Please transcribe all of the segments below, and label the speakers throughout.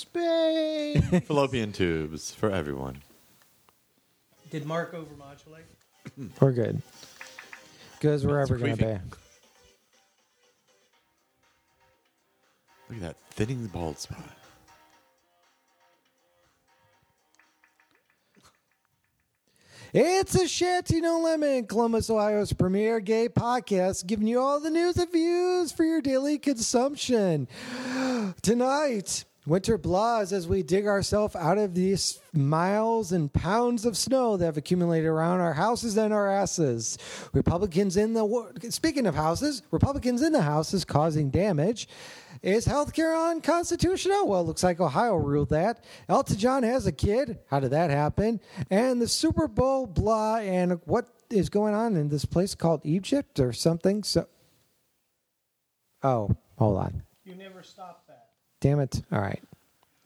Speaker 1: space.
Speaker 2: Fallopian tubes for everyone.
Speaker 3: Did Mark overmodulate?
Speaker 1: we're good. Goes wherever
Speaker 2: It's
Speaker 1: going to
Speaker 2: creepy.
Speaker 1: be.
Speaker 2: Look at that thinning the bald spot.
Speaker 1: It's a Shanty No Limit, Columbus, Ohio's premier gay podcast, giving you all the news and views for your daily consumption. Tonight, winter blahs as we dig ourselves out of these miles and pounds of snow that have accumulated around our houses and our asses. Republicans in the wo- speaking of houses, Republicans in the houses causing damage. Is healthcare unconstitutional? Well, it looks like Ohio ruled that. Elton John has a kid. How did that happen? And the Super Bowl blah and what is going on in this place called Egypt or something? So, oh, hold on.
Speaker 3: You never stopped that.
Speaker 1: Damn it! All right.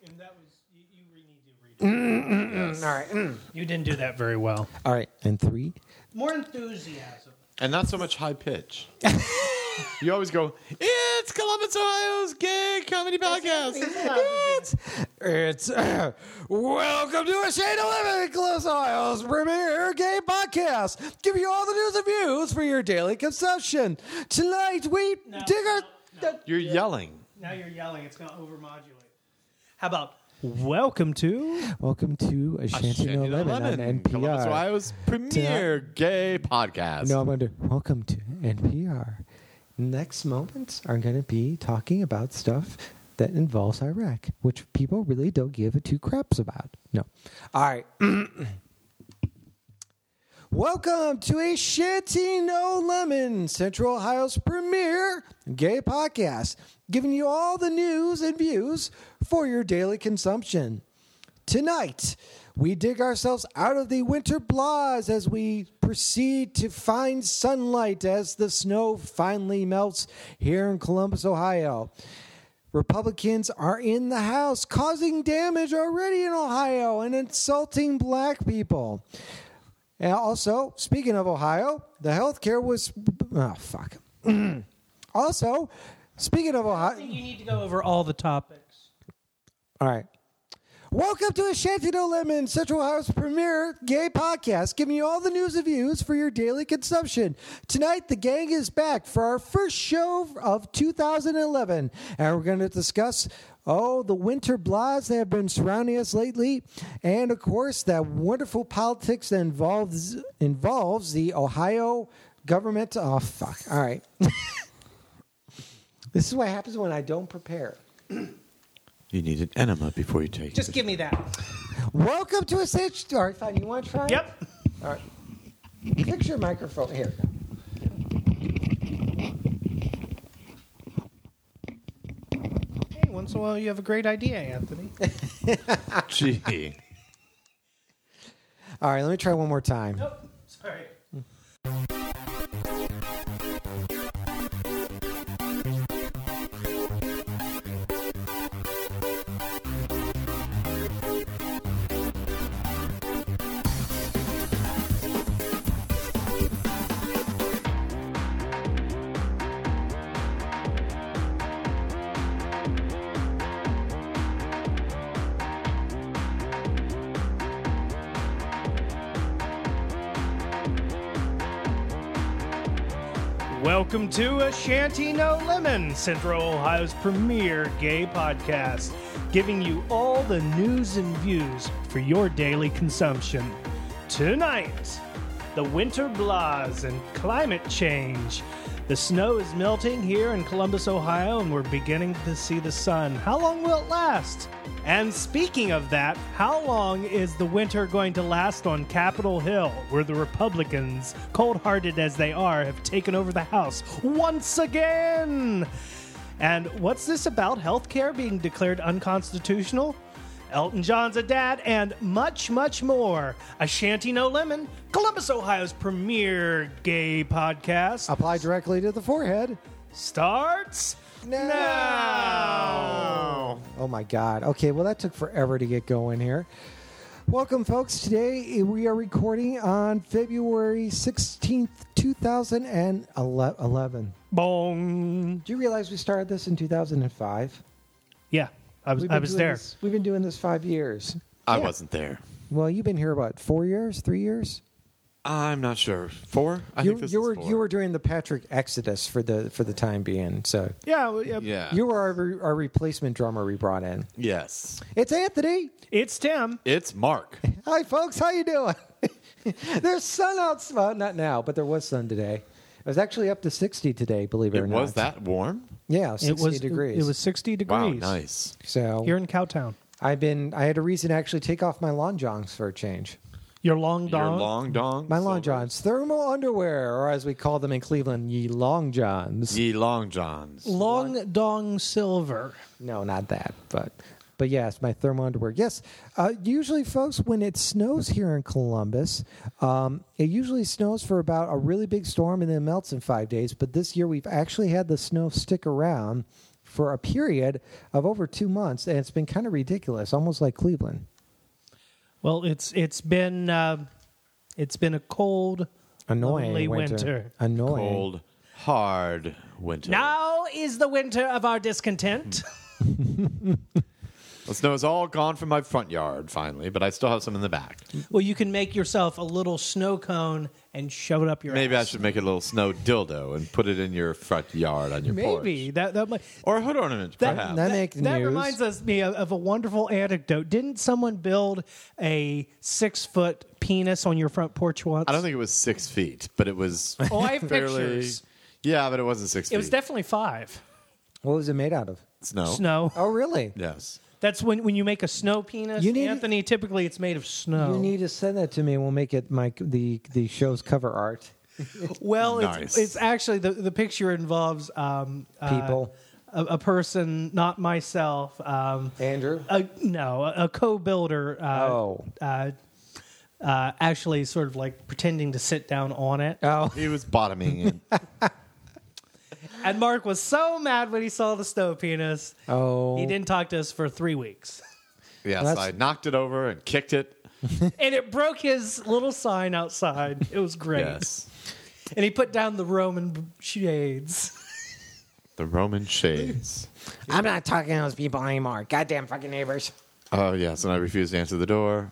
Speaker 3: And that was, you, you re- need to read it.
Speaker 1: All right. mm.
Speaker 3: You didn't do that very well.
Speaker 1: All right. And three.
Speaker 3: More enthusiasm.
Speaker 2: And not so much high pitch. you always go, it's Columbus, Ohio's gay comedy podcast.
Speaker 1: It's it's welcome to a shade of living, Close Isles premier gay podcast. Give you all the news and views for your daily consumption. Tonight we
Speaker 3: No,
Speaker 1: dig our.
Speaker 3: no, no.
Speaker 2: You're yelling.
Speaker 3: Now you're yelling. It's going to overmodulate. How about, welcome to?
Speaker 1: Welcome to a shanty no lemon on
Speaker 2: Columbus,
Speaker 1: NPR.
Speaker 2: Ohio's premier gay podcast.
Speaker 1: No, I'm going to welcome to NPR. Next moments are going to be talking about stuff that involves Iraq, which people really don't give a two craps about. No, all right. Welcome to a shitty no lemon Central Ohio's premier gay podcast, giving you all the news and views for your daily consumption. Tonight, we dig ourselves out of the winter blahs as we proceed to find sunlight as the snow finally melts here in Columbus, Ohio. Republicans are in the House, causing damage already in Ohio and insulting black people. And also, speaking of Ohio, the healthcare was oh fuck. also, speaking of
Speaker 3: I
Speaker 1: Ohio,
Speaker 3: think you need to go over all the topics.
Speaker 1: all right. Welcome to a Shanty No Lemon, Central Ohio's premier gay podcast, giving you all the news and views for your daily consumption. Tonight, the gang is back for our first show of 2011, and we're going to discuss, oh, the winter blahs that have been surrounding us lately, and of course, that wonderful politics that involves, involves the Ohio government. Oh, fuck. All right. this is what happens when I don't prepare.
Speaker 2: You need an enema before you take
Speaker 3: Just
Speaker 2: it.
Speaker 3: give me that.
Speaker 1: Welcome to a stage. All right, fine. You want to try? it?
Speaker 3: Yep.
Speaker 1: All right. Fix your microphone here.
Speaker 3: Hey, once in a while you have a great idea, Anthony.
Speaker 2: Gee.
Speaker 1: All right, let me try one more time.
Speaker 3: nope. Sorry. Welcome to A Shanty No Lemon, Central Ohio's premier gay podcast, giving you all the news and views for your daily consumption. Tonight, the winter blahs and climate change. The snow is melting here in Columbus, Ohio, and we're beginning to see the sun. How long will it last? And speaking of that, how long is the winter going to last on Capitol Hill, where the Republicans, cold hearted as they are, have taken over the House once again? And what's this about healthcare being declared unconstitutional? Elton John's a dad, and much, much more. A shanty no lemon, Columbus, Ohio's premier gay podcast
Speaker 1: Apply directly to the forehead.
Speaker 3: starts
Speaker 1: No.
Speaker 3: now.
Speaker 1: Oh my God. Okay, well, that took forever to get going here. Welcome, folks. Today eh, we are recording on February 16th, 2011.
Speaker 3: Bong.
Speaker 1: Do you realize we started this in 2005?
Speaker 3: Yeah, I I was, I was there.
Speaker 1: This, we've been doing this five years.
Speaker 2: I wasn't there.
Speaker 1: Well, you've been here what four years, three years?
Speaker 2: I'm not sure. Four? I
Speaker 1: you
Speaker 2: think this
Speaker 1: you
Speaker 2: is
Speaker 1: were
Speaker 2: four.
Speaker 1: you were during the Patrick Exodus for the for the time being. So
Speaker 3: Yeah, well, yeah.
Speaker 2: Yeah.
Speaker 1: you were our, our replacement drummer we brought in.
Speaker 2: Yes.
Speaker 1: It's Anthony.
Speaker 3: It's Tim.
Speaker 2: It's Mark.
Speaker 1: Hi, folks. How you doing? There's sun out. Well, not now, but there was sun today. It was actually up to 60 today. Believe it, or
Speaker 2: It
Speaker 1: not.
Speaker 2: was that warm?
Speaker 1: Yeah, 60
Speaker 3: it was
Speaker 1: degrees.
Speaker 3: It was 60 degrees.
Speaker 2: Wow, nice.
Speaker 1: so.
Speaker 3: Here in Cowtown.
Speaker 1: I've been. I had a reason to actually take off my long johns for a change.
Speaker 3: Your long dong.
Speaker 2: Your long dong.
Speaker 1: My long
Speaker 2: silver-
Speaker 1: johns, thermal underwear, or as we call them in Cleveland, ye long johns.
Speaker 2: Ye long johns.
Speaker 3: long dong silver.
Speaker 1: No, not that, but but yes, my thermal underwear. Yes, uh, usually, folks, when it snows here in Columbus, um, it usually snows for about a really big storm and then melts in five days. But this year, we've actually had the snow stick around for a period of over two months, and it's been kind of ridiculous, almost like Cleveland.
Speaker 3: Well, it's it's been uh, it's been a cold,
Speaker 1: Annoying
Speaker 3: lonely
Speaker 1: winter. Annoying.
Speaker 2: Cold, hard winter.
Speaker 3: Now is the winter of our discontent.
Speaker 2: Hmm. The snow is all gone from my front yard finally, but I still have some in the back.
Speaker 3: well, you can make yourself a little snow cone and shove it up your.
Speaker 2: Maybe I
Speaker 3: ass.
Speaker 2: should make a little snow dildo and put it in your front yard on your porch.
Speaker 3: Maybe that that might.
Speaker 2: Or a hood ornament, perhaps.
Speaker 1: that makes
Speaker 3: that
Speaker 1: news.
Speaker 3: reminds us me of, of a wonderful anecdote. Didn't someone build a six foot penis on your front porch once?
Speaker 2: I don't think it was six feet, but it was
Speaker 3: Oh, I have
Speaker 2: fairly.
Speaker 3: pictures.
Speaker 2: Yeah, but it wasn't six feet.
Speaker 3: It was definitely five.
Speaker 1: What was it made out of?
Speaker 2: snow.
Speaker 3: Snow.
Speaker 1: Oh, really?
Speaker 2: Yes.
Speaker 3: That's when when you make a snow penis,
Speaker 1: You need-
Speaker 3: Anthony. Typically, it's made of snow.
Speaker 1: You need to send that to me, and we'll make it my the the show's cover art.
Speaker 3: well,
Speaker 2: Nice.
Speaker 3: it's, it's actually the the picture involves um, uh,
Speaker 1: People.
Speaker 3: a, a person, not myself. Um,
Speaker 1: Andrew,
Speaker 3: a, no, a, a co-builder. Uh,
Speaker 1: Oh.
Speaker 3: Uh, uh, actually, sort of like pretending to sit down on it.
Speaker 1: oh,
Speaker 2: He was bottoming in.
Speaker 3: And Mark was so mad when he saw the snow penis.
Speaker 1: oh,
Speaker 3: He didn't talk to us for three weeks.
Speaker 2: Yes,
Speaker 1: That's-
Speaker 2: I knocked it over and kicked it.
Speaker 3: and it broke his little sign outside. It was great.
Speaker 2: Yes.
Speaker 3: And he put down the Roman b- shades.
Speaker 2: The Roman shades.
Speaker 1: I'm not talking to those people anymore. Goddamn fucking neighbors.
Speaker 2: Oh, yes, and I refused to answer the door.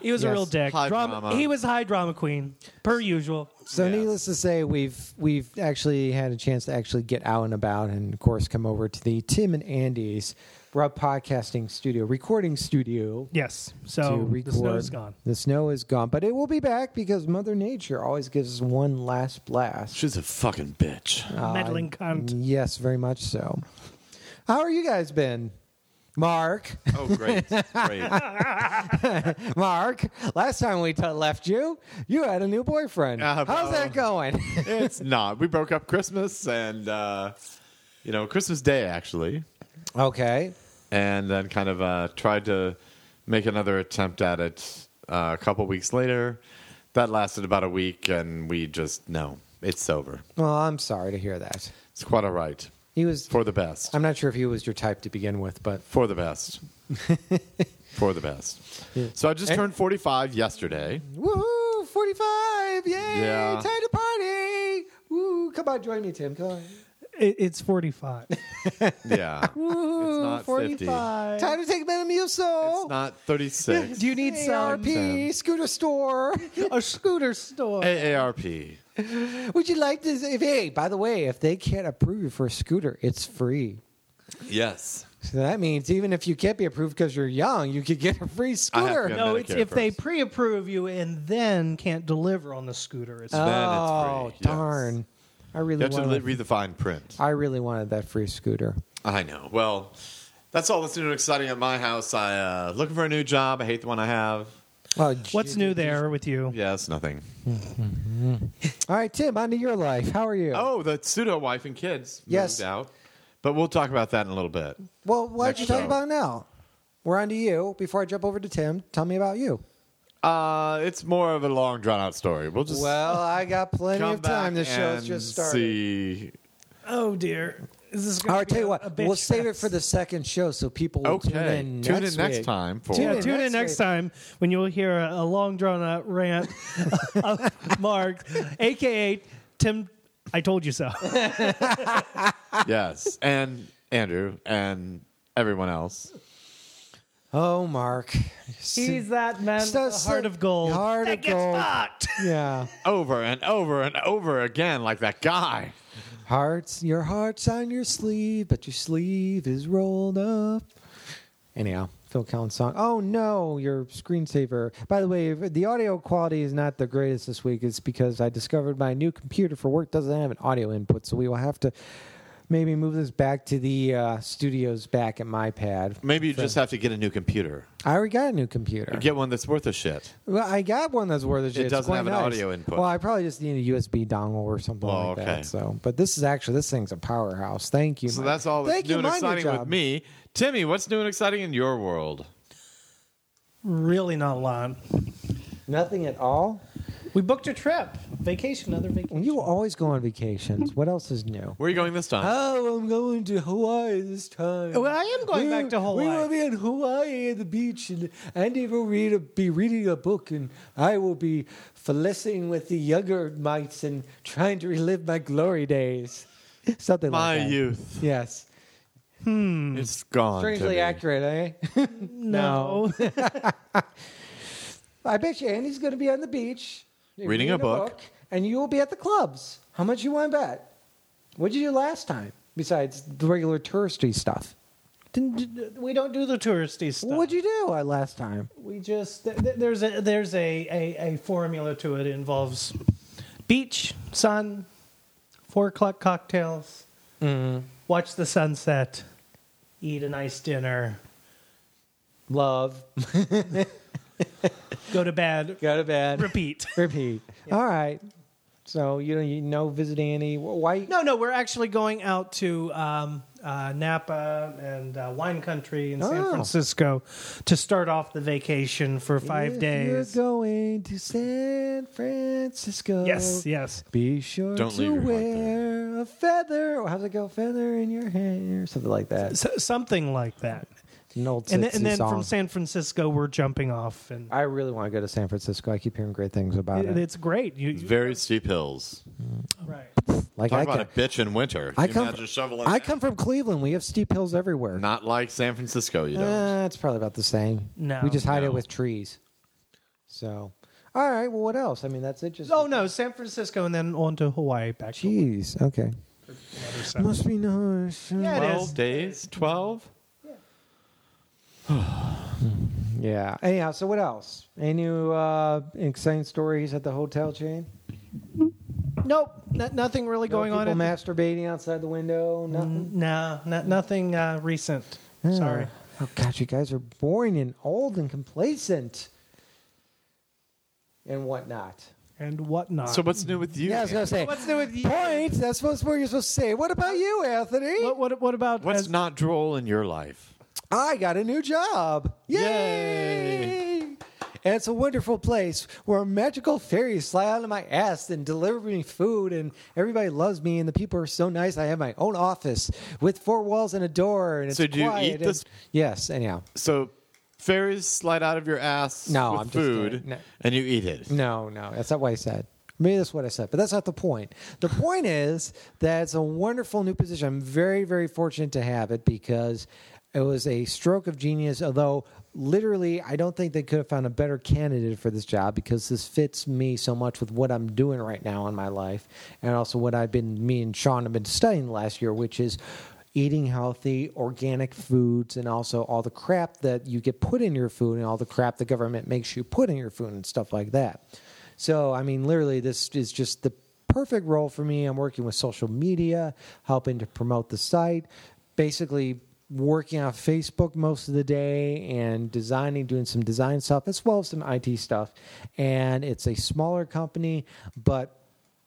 Speaker 3: He was a
Speaker 1: Yes.
Speaker 3: real dick.
Speaker 2: High drama.
Speaker 3: He was high drama queen, per usual.
Speaker 1: So,
Speaker 2: Yes.
Speaker 1: needless to say, we've we've actually had a chance to actually get out and about, and of course, come over to the Tim and Andy's Rub Podcasting Studio, recording studio.
Speaker 3: Yes.
Speaker 1: To
Speaker 3: So
Speaker 1: record.
Speaker 3: the snow's gone.
Speaker 1: The snow is gone, but it will be back because Mother Nature always gives us one last blast.
Speaker 2: She's a fucking bitch.
Speaker 3: Meddling cunt.
Speaker 1: Yes, very much so. How are you guys been, Mark?
Speaker 2: Oh, great. great.
Speaker 1: Mark, last time we t- left you, you had a new boyfriend.
Speaker 2: Uh,
Speaker 1: How's that going?
Speaker 2: It's not. We broke up Christmas and, uh, you know, Christmas Day, actually,
Speaker 1: okay.
Speaker 2: and then kind of uh, tried to make another attempt at it uh, a couple weeks later. That lasted about a week, and we just, no, it's over.
Speaker 1: Well, I'm sorry to hear that.
Speaker 2: It's quite all right.
Speaker 1: He was.
Speaker 2: For the best.
Speaker 1: I'm not sure if he was your type to begin with, but
Speaker 2: For the best. For the best. So I just turned 45 yesterday.
Speaker 1: woohoo, 45! Yay!
Speaker 2: Yeah.
Speaker 1: Time to party! Woo! Come on, join me, Tim. Come on.
Speaker 3: It, it's 45.
Speaker 2: Yeah.
Speaker 1: Woo!
Speaker 2: not 50.
Speaker 1: 45. Time to take Metamucil.
Speaker 2: It's not 36.
Speaker 3: Do you need some?
Speaker 1: ARP scooter store.
Speaker 3: A scooter store.
Speaker 2: AARP.
Speaker 1: Would you like to? If, hey, by the way, if they can't approve you for a scooter, it's free.
Speaker 2: Yes.
Speaker 1: So that means even if you can't be approved because you're young, you could get a free
Speaker 2: I have to
Speaker 1: scooter.
Speaker 2: get
Speaker 3: No,
Speaker 2: Medicare
Speaker 3: it's if they
Speaker 2: first.
Speaker 3: pre approve you and then can't deliver on the scooter. It's
Speaker 2: Uh, Then it's
Speaker 1: oh
Speaker 2: free, yes.
Speaker 1: darn! I
Speaker 2: You
Speaker 1: really
Speaker 2: have to li-
Speaker 1: wanted.
Speaker 2: read the fine print.
Speaker 1: I really wanted that free scooter.
Speaker 2: I know. Well, that's all that's new and exciting at my house. I uh, looking for a new job. I hate the one I have.
Speaker 1: Well,
Speaker 3: What's new there with you?
Speaker 2: Yes, nothing.
Speaker 1: All right, Tim, on to your life. How are you?
Speaker 2: Oh, the pseudo wife and kids
Speaker 1: Yes.
Speaker 2: moved out. But we'll talk about that in a little bit.
Speaker 1: well, why don't you
Speaker 2: next
Speaker 1: talk
Speaker 2: show.
Speaker 1: about it now? We're on to you. Before I jump over to Tim, tell me about you.
Speaker 2: Uh, it's more of a long drawn out story. We'll just
Speaker 1: Well, I got plenty
Speaker 2: come
Speaker 1: of time. The
Speaker 2: back
Speaker 1: show's
Speaker 2: and
Speaker 1: just started.
Speaker 2: See.
Speaker 3: Oh, dear. Is this
Speaker 1: All
Speaker 3: gonna
Speaker 1: right,
Speaker 3: be
Speaker 1: tell you
Speaker 3: a-
Speaker 1: what,
Speaker 3: a bitch
Speaker 1: we'll save it
Speaker 3: fest?
Speaker 1: for the second show so people will tune
Speaker 2: Okay.
Speaker 1: in
Speaker 2: Tune
Speaker 1: next
Speaker 2: in next
Speaker 1: week.
Speaker 2: time for
Speaker 1: Tune
Speaker 3: Yeah, tune in next
Speaker 1: week.
Speaker 3: time when you'll hear a, a long drawn out rant of Mark, aka Tim. I told you so.
Speaker 2: yes, and Andrew and everyone else.
Speaker 1: Oh, Mark.
Speaker 3: He's that man with a
Speaker 1: Says-
Speaker 3: heart of gold.
Speaker 1: Heart
Speaker 3: that
Speaker 1: of
Speaker 3: gets
Speaker 1: gold.
Speaker 3: fucked.
Speaker 1: Yeah.
Speaker 2: Over and over and over again, like that guy.
Speaker 1: Hearts, your heart's on your sleeve, but your sleeve is rolled up. Anyhow, Phil Collins song. Oh no, your screensaver. By the way, if the audio quality is not the greatest this week. It's because I discovered my new computer for work doesn't have an audio input, so we will have to maybe move this back to the uh, studios back at my pad.
Speaker 2: Maybe you just have to get a new computer.
Speaker 1: I already got a new computer.
Speaker 2: Get one that's worth a shit.
Speaker 1: Well, I got one that's worth a shit. It's
Speaker 2: doesn't
Speaker 1: quite
Speaker 2: have an
Speaker 1: nice.
Speaker 2: audio input.
Speaker 1: Well, I probably just need a USB dongle or something
Speaker 2: Oh,
Speaker 1: like
Speaker 2: okay.
Speaker 1: that. So, but this is actually this thing's a powerhouse. Thank you.
Speaker 2: So
Speaker 1: Mike.
Speaker 2: that's all that's
Speaker 1: Thank
Speaker 2: new
Speaker 1: you,
Speaker 2: and
Speaker 1: Mike, your
Speaker 2: exciting with
Speaker 1: job.
Speaker 2: me. Timmy, what's new and exciting in your world?
Speaker 3: Really not a lot.
Speaker 1: Nothing at all.
Speaker 3: We booked a trip, vacation, another vacation.
Speaker 1: You always go on vacations. What else is new?
Speaker 2: Where are you going this time?
Speaker 1: Oh, I'm going to Hawaii this time.
Speaker 3: Well, I am going back to Hawaii.
Speaker 1: We will be in Hawaii at the beach, and Andy will read a, be reading a book, and I will be felicitating with the younger mites and trying to relive my glory days. Something
Speaker 2: My
Speaker 1: like that.
Speaker 2: youth.
Speaker 1: Yes.
Speaker 2: It's gone.
Speaker 1: Strangely
Speaker 2: Timmy.
Speaker 1: accurate, eh?
Speaker 3: No.
Speaker 1: I bet you Andy's going to be on the beach
Speaker 2: Reading a book.
Speaker 1: and you will be at the clubs. How much you want to bet? What'd you do last time besides the regular touristy stuff?
Speaker 3: Didn't d- we don't do the touristy stuff.
Speaker 1: What'd you do uh, last time?
Speaker 3: we just th- th- there's a there's a, a a formula to it. It involves beach, sun, four o'clock cocktails,
Speaker 1: Mm-hmm.
Speaker 3: watch the sunset, eat a nice dinner,
Speaker 1: Love.
Speaker 3: go to bed,
Speaker 1: Go to bed.
Speaker 3: repeat.
Speaker 1: Repeat. All right. So you know you know visit Andy. Wh- Why?
Speaker 3: No, no, we're actually going out to um, uh, Napa and uh, wine country in San
Speaker 1: Oh.
Speaker 3: Francisco to start off the vacation for five
Speaker 1: If
Speaker 3: days.
Speaker 1: You're going to San Francisco.
Speaker 3: Yes, yes.
Speaker 1: Be sure
Speaker 2: Don't
Speaker 1: to
Speaker 2: leave your heart
Speaker 1: wear a feather. Or how's it go? Feather in your hair, something like that.
Speaker 3: So, something like that.
Speaker 1: It's an old
Speaker 3: And then,
Speaker 1: 60s
Speaker 3: and then
Speaker 1: song.
Speaker 3: from San Francisco, we're jumping off, and
Speaker 1: I really want to go to San Francisco. I keep hearing great things about
Speaker 3: it-
Speaker 1: it.
Speaker 3: it's great. You,
Speaker 2: It's
Speaker 3: you-
Speaker 2: Very steep hills.
Speaker 3: right.
Speaker 1: Like
Speaker 2: Talk
Speaker 1: I
Speaker 2: about
Speaker 1: come,
Speaker 2: a bitch in winter.
Speaker 1: I
Speaker 2: Can you
Speaker 1: come,
Speaker 2: imagine shoveling
Speaker 1: I
Speaker 2: that?
Speaker 1: come from Cleveland. We have steep hills everywhere.
Speaker 2: Not like San Francisco, you don't.
Speaker 1: Uh, it's probably about the same.
Speaker 3: No.
Speaker 1: we just hide
Speaker 2: No.
Speaker 1: it with trees. So, all right. Well, what else? I mean, that's it. Just
Speaker 3: Oh no, San Francisco, and then on to Hawaii back. to
Speaker 1: jeez. Okay,
Speaker 3: the other side.
Speaker 1: must be nice.
Speaker 3: Yeah, it
Speaker 2: Twelve
Speaker 3: is.
Speaker 2: days? Twelve?
Speaker 1: Yeah. Anyhow, so what else? Any new uh, exciting stories at the hotel chain?
Speaker 3: Nope, no- nothing really
Speaker 1: No
Speaker 3: going on.
Speaker 1: people
Speaker 3: at the-
Speaker 1: masturbating outside the window. Nothing.
Speaker 3: no, no, nothing uh, recent. Sorry.
Speaker 1: Oh gosh, you guys are boring and old and complacent and whatnot.
Speaker 3: and whatnot.
Speaker 2: So what's new with you?
Speaker 1: Yeah, I was gonna say
Speaker 3: What's new with you?
Speaker 1: points. That's what's what you're supposed to say. What about you, Anthony?
Speaker 3: What, what, what about
Speaker 2: What's
Speaker 3: as-
Speaker 2: not droll in your life?
Speaker 1: I got a new job. Yay! And it's a wonderful place where magical fairies fly out of my ass and deliver me food, and everybody loves me, and the people are so nice. I have my own office with four walls and a door, and it's
Speaker 2: So do you
Speaker 1: quiet.
Speaker 2: eat
Speaker 1: and-
Speaker 2: this-
Speaker 1: Yes. Anyhow,
Speaker 2: So fairies slide out of your ass
Speaker 1: No,
Speaker 2: with
Speaker 1: I'm just
Speaker 2: food
Speaker 1: kidding. No.
Speaker 2: and you eat it.
Speaker 1: No, no, that's not what I said. Maybe that's what I said, but that's not the point. The point is that it's a wonderful new position. I'm very, very fortunate to have it because it was a stroke of genius. Although, literally, I don't think they could have found a better candidate for this job because this fits me so much with what I'm doing right now in my life, and also what I've been, me and Sean have been studying the last year, which is eating healthy organic foods and also all the crap that you get put in your food and all the crap the government makes you put in your food and stuff like that. So, I mean, literally, this is just the perfect role for me. I'm working with social media, helping to promote the site, basically working on Facebook most of the day and designing, doing some design stuff as well as some IT stuff. And it's a smaller company, but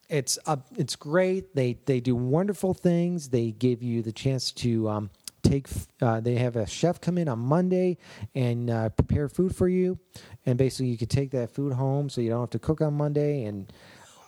Speaker 1: it's uh, it's great. They they do wonderful things. They give you the chance to um, take. f- Uh, they have a chef come in on Monday and uh, prepare food for you, and basically you can take that food home, so you don't have to cook on Monday. And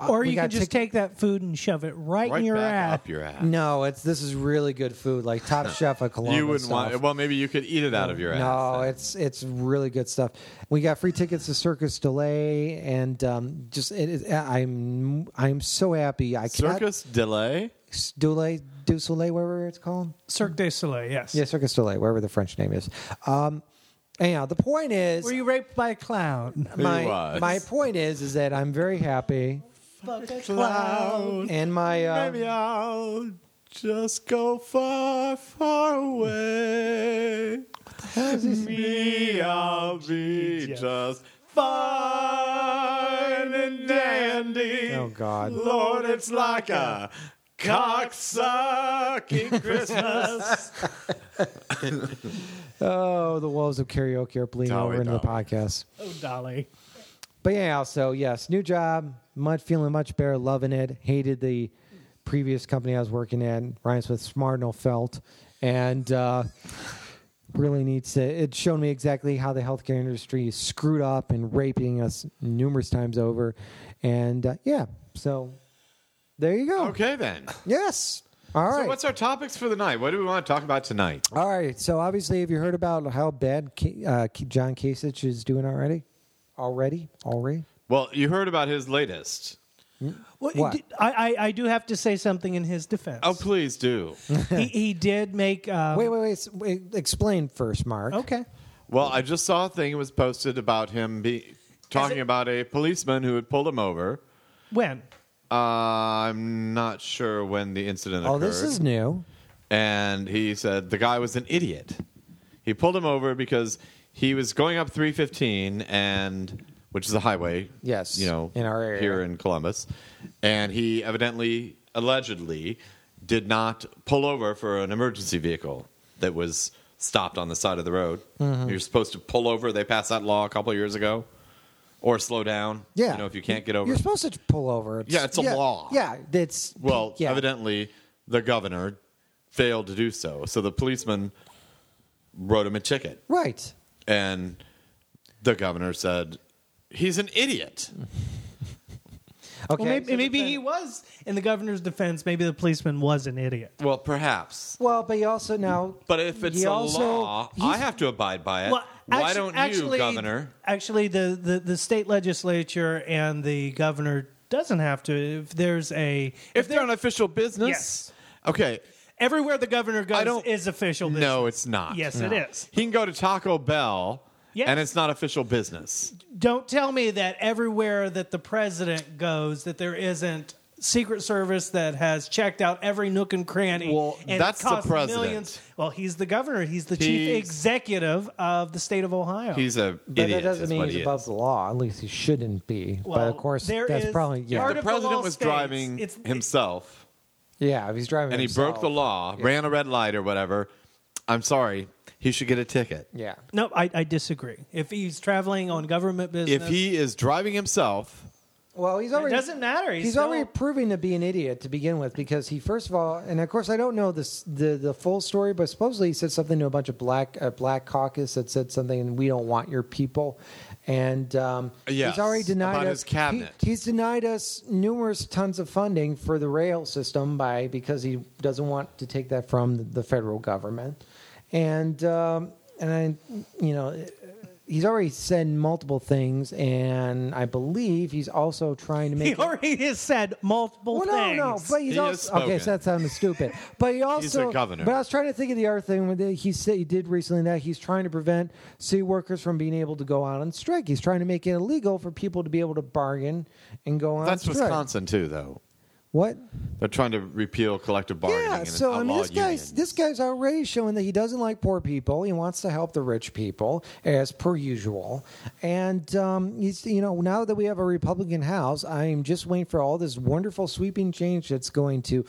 Speaker 1: uh,
Speaker 3: or
Speaker 1: we
Speaker 3: you
Speaker 1: got
Speaker 3: can just
Speaker 1: tick-
Speaker 3: take that food and shove it right,
Speaker 2: Right
Speaker 3: in your
Speaker 2: back
Speaker 3: ass.
Speaker 2: up your ass.
Speaker 1: No, it's this is really good food, like Top Chef of Columbus.
Speaker 2: you wouldn't want.
Speaker 1: stuff.
Speaker 2: Well, maybe you could eat it out of your ass.
Speaker 1: No,
Speaker 2: then.
Speaker 1: it's it's really good stuff. We got free tickets to Circus Delay, and um, just it, is- I'm I'm so happy. I cannot-
Speaker 2: circus delay.
Speaker 1: Delay du Soleil, wherever it's called.
Speaker 3: Cirque du Soleil, yes.
Speaker 1: Yeah, Circus Soleil, wherever the French name is. Um, anyhow, the point is,
Speaker 3: Were you raped by a clown?
Speaker 2: He
Speaker 1: my
Speaker 2: was.
Speaker 1: my point is, is that I'm very happy,
Speaker 2: Cloud,
Speaker 1: and my uh,
Speaker 2: maybe I'll just go far, far away.
Speaker 1: um,
Speaker 2: Me, I'll be
Speaker 3: Yeah.
Speaker 2: just fine and dandy.
Speaker 1: oh god,
Speaker 2: Lord, it's like a cocksucking Christmas.
Speaker 1: oh the wolves of karaoke are bleeding
Speaker 2: Dolly,
Speaker 1: over into the
Speaker 2: dolly.
Speaker 1: podcast.
Speaker 3: Oh, Dolly.
Speaker 1: But yeah, so yes, new job, much feeling much better, loving it. Hated the previous company I was working at, Ryan Smith Smartnell Felt, and uh, really needs to. It showed me exactly how the healthcare industry is screwed up and raping us numerous times over. And uh, yeah, so there you go.
Speaker 2: okay, then.
Speaker 1: Yes. All right.
Speaker 2: So, what's our topics for the night? What do we want to talk about tonight?
Speaker 1: all right. So obviously, have you heard about how bad K- uh, K- John Kasich is doing already? Already? Already?
Speaker 2: Well, you heard about his latest.
Speaker 3: Well,
Speaker 1: What?
Speaker 3: d- I, I, I do have to say something in his defense.
Speaker 2: Oh, please do.
Speaker 3: he, he did make. Um,
Speaker 1: Wait, wait, wait, s- wait. Explain first, Mark.
Speaker 3: Okay.
Speaker 2: Well, I just saw a thing that was posted about him be, talking
Speaker 3: it-
Speaker 2: about a policeman who had pulled him over.
Speaker 3: When?
Speaker 2: Uh, I'm not sure when the incident
Speaker 1: Oh,
Speaker 2: occurred.
Speaker 1: this is new.
Speaker 2: and he said the guy was an idiot. He pulled him over because he was going up 315 and which is a highway.
Speaker 1: Yes,
Speaker 2: you know,
Speaker 1: in our area.
Speaker 2: here in Columbus, and he evidently, allegedly, did not pull over for an emergency vehicle that was stopped on the side of the road.
Speaker 1: Mm-hmm.
Speaker 2: You're supposed to pull over. They passed that law a couple of years ago, or slow down.
Speaker 1: Yeah.
Speaker 2: you know, if you can't get over.
Speaker 1: You're supposed to pull over.
Speaker 2: Yeah, it's a law.
Speaker 1: Yeah, it's
Speaker 2: Well,
Speaker 1: yeah.
Speaker 2: evidently, the governor failed to do so. So the policeman wrote him a ticket.
Speaker 1: Right.
Speaker 2: And the governor said, He's an idiot.
Speaker 1: Okay.
Speaker 3: Well, maybe, maybe he was. In the governor's defense, maybe the policeman was an idiot.
Speaker 2: Well, perhaps.
Speaker 1: well, but you also now.
Speaker 2: But if it's
Speaker 1: He
Speaker 2: a
Speaker 1: also-
Speaker 2: law, I
Speaker 1: he's-
Speaker 2: have to abide by it.
Speaker 3: Well,
Speaker 2: Uh, Why
Speaker 3: actu-
Speaker 2: don't
Speaker 3: actually,
Speaker 2: you, governor?
Speaker 3: Actually, the, the, the state legislature and the governor doesn't have to. If there's a
Speaker 2: If they're on official business.
Speaker 3: Yes.
Speaker 2: Okay.
Speaker 3: everywhere the governor goes
Speaker 2: don't-
Speaker 3: is official. Business.
Speaker 2: No, it's not.
Speaker 3: Yes, it is.
Speaker 2: He can go to Taco Bell,
Speaker 3: Yes.
Speaker 2: and it's not official business.
Speaker 3: Don't tell me that everywhere that the president goes, that there isn't Secret Service that has checked out every nook and cranny.
Speaker 2: Well,
Speaker 3: and it
Speaker 2: that's the
Speaker 3: costs
Speaker 2: president.
Speaker 3: Millions. Well, he's the governor. He's the chief
Speaker 2: He's-
Speaker 3: executive of the state of Ohio.
Speaker 2: He's a
Speaker 1: But
Speaker 2: idiot.
Speaker 1: that doesn't
Speaker 2: is
Speaker 1: mean
Speaker 2: what
Speaker 1: he's
Speaker 2: he is.
Speaker 1: above the law. At least he shouldn't be. but
Speaker 3: Well,
Speaker 1: of course,
Speaker 3: there
Speaker 1: that's
Speaker 3: is
Speaker 1: probably yeah.
Speaker 3: part
Speaker 2: The
Speaker 3: of the law
Speaker 2: president was
Speaker 3: states,
Speaker 2: driving
Speaker 3: it's-
Speaker 2: himself.
Speaker 1: yeah, if he's driving
Speaker 2: and he
Speaker 1: himself.
Speaker 2: broke the law, ran a red light or whatever, I'm sorry, he should get a ticket.
Speaker 1: Yeah.
Speaker 3: No, I, I disagree. If he's traveling on government business,
Speaker 2: If he is driving himself,
Speaker 1: Well, he's
Speaker 3: it
Speaker 1: already
Speaker 3: doesn't matter. He's,
Speaker 1: He's
Speaker 3: still-
Speaker 1: already proving to be an idiot to begin with because he first of all, and of course I don't know this the the full story, but supposedly he said something to a bunch of black a black caucus that said something we don't want your people, and um,
Speaker 2: Yes,
Speaker 1: he's already denied
Speaker 2: about
Speaker 1: us
Speaker 2: his cabinet.
Speaker 1: he- he's denied us numerous tons of funding for the rail system by because he doesn't want to take that from the, the federal government, and um, and I you know. He's already said multiple things, and I believe he's also trying to make.
Speaker 3: he
Speaker 1: it-
Speaker 3: already has said
Speaker 1: well,
Speaker 3: multiple things.
Speaker 1: no, no, but he's
Speaker 2: He has
Speaker 1: also okay.
Speaker 2: spoken.
Speaker 1: So that sounded stupid. But he also
Speaker 2: a governor.
Speaker 1: But I was trying to think of the other thing with the- he said he did recently that he's trying to prevent city workers from being able to go out on strike. He's trying to make it illegal for people to be able to bargain and go on.
Speaker 2: that's
Speaker 1: strike.
Speaker 2: Wisconsin too, though.
Speaker 1: What?
Speaker 2: They're trying to repeal collective bargaining.
Speaker 1: Yeah.
Speaker 2: and
Speaker 1: So I mean,
Speaker 2: outlaw
Speaker 1: this guy's
Speaker 2: unions.
Speaker 1: this guy's already showing that he doesn't like poor people. He wants to help the rich people, as per usual. And um, he's you know now that we have a Republican House, I'm just waiting for all this wonderful sweeping change that's going to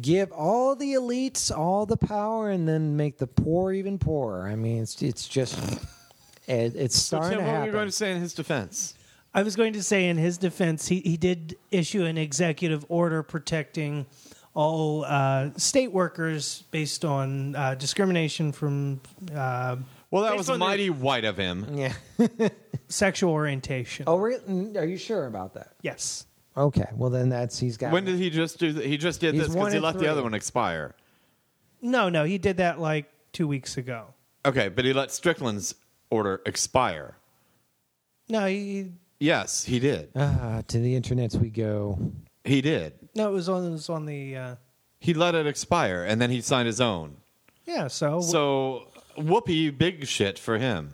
Speaker 1: give all the elites all the power and then make the poor even poorer. I mean, it's it's just it, it's
Speaker 2: So,
Speaker 1: starting to
Speaker 2: Tim, what were
Speaker 1: happen.
Speaker 2: you going to say in his defense?
Speaker 3: I was going to say, in his defense, he, he did issue an executive order protecting all uh, state workers based on uh, discrimination from uh,
Speaker 2: Well, that
Speaker 3: Based
Speaker 2: was
Speaker 3: on the-
Speaker 2: mighty white of him.
Speaker 1: yeah.
Speaker 3: sexual orientation.
Speaker 1: oh, re- mm, are you sure about that?
Speaker 3: Yes.
Speaker 1: Okay. Well, then that's he's got.
Speaker 2: When did he just do? Th- he just did
Speaker 1: He's
Speaker 2: this
Speaker 1: one
Speaker 2: because he
Speaker 1: in
Speaker 2: let
Speaker 1: three.
Speaker 2: the other one expire.
Speaker 3: No, no, he did that like two weeks ago.
Speaker 2: Okay, but he let Strickland's order expire.
Speaker 3: No, he,
Speaker 2: Yes, he did.
Speaker 1: Ah, to the internets we go.
Speaker 2: He did.
Speaker 3: no, it was on it was on the uh,
Speaker 2: He let it expire, and then he signed his own.
Speaker 3: Yeah, so,
Speaker 2: So whoopee, big shit for him.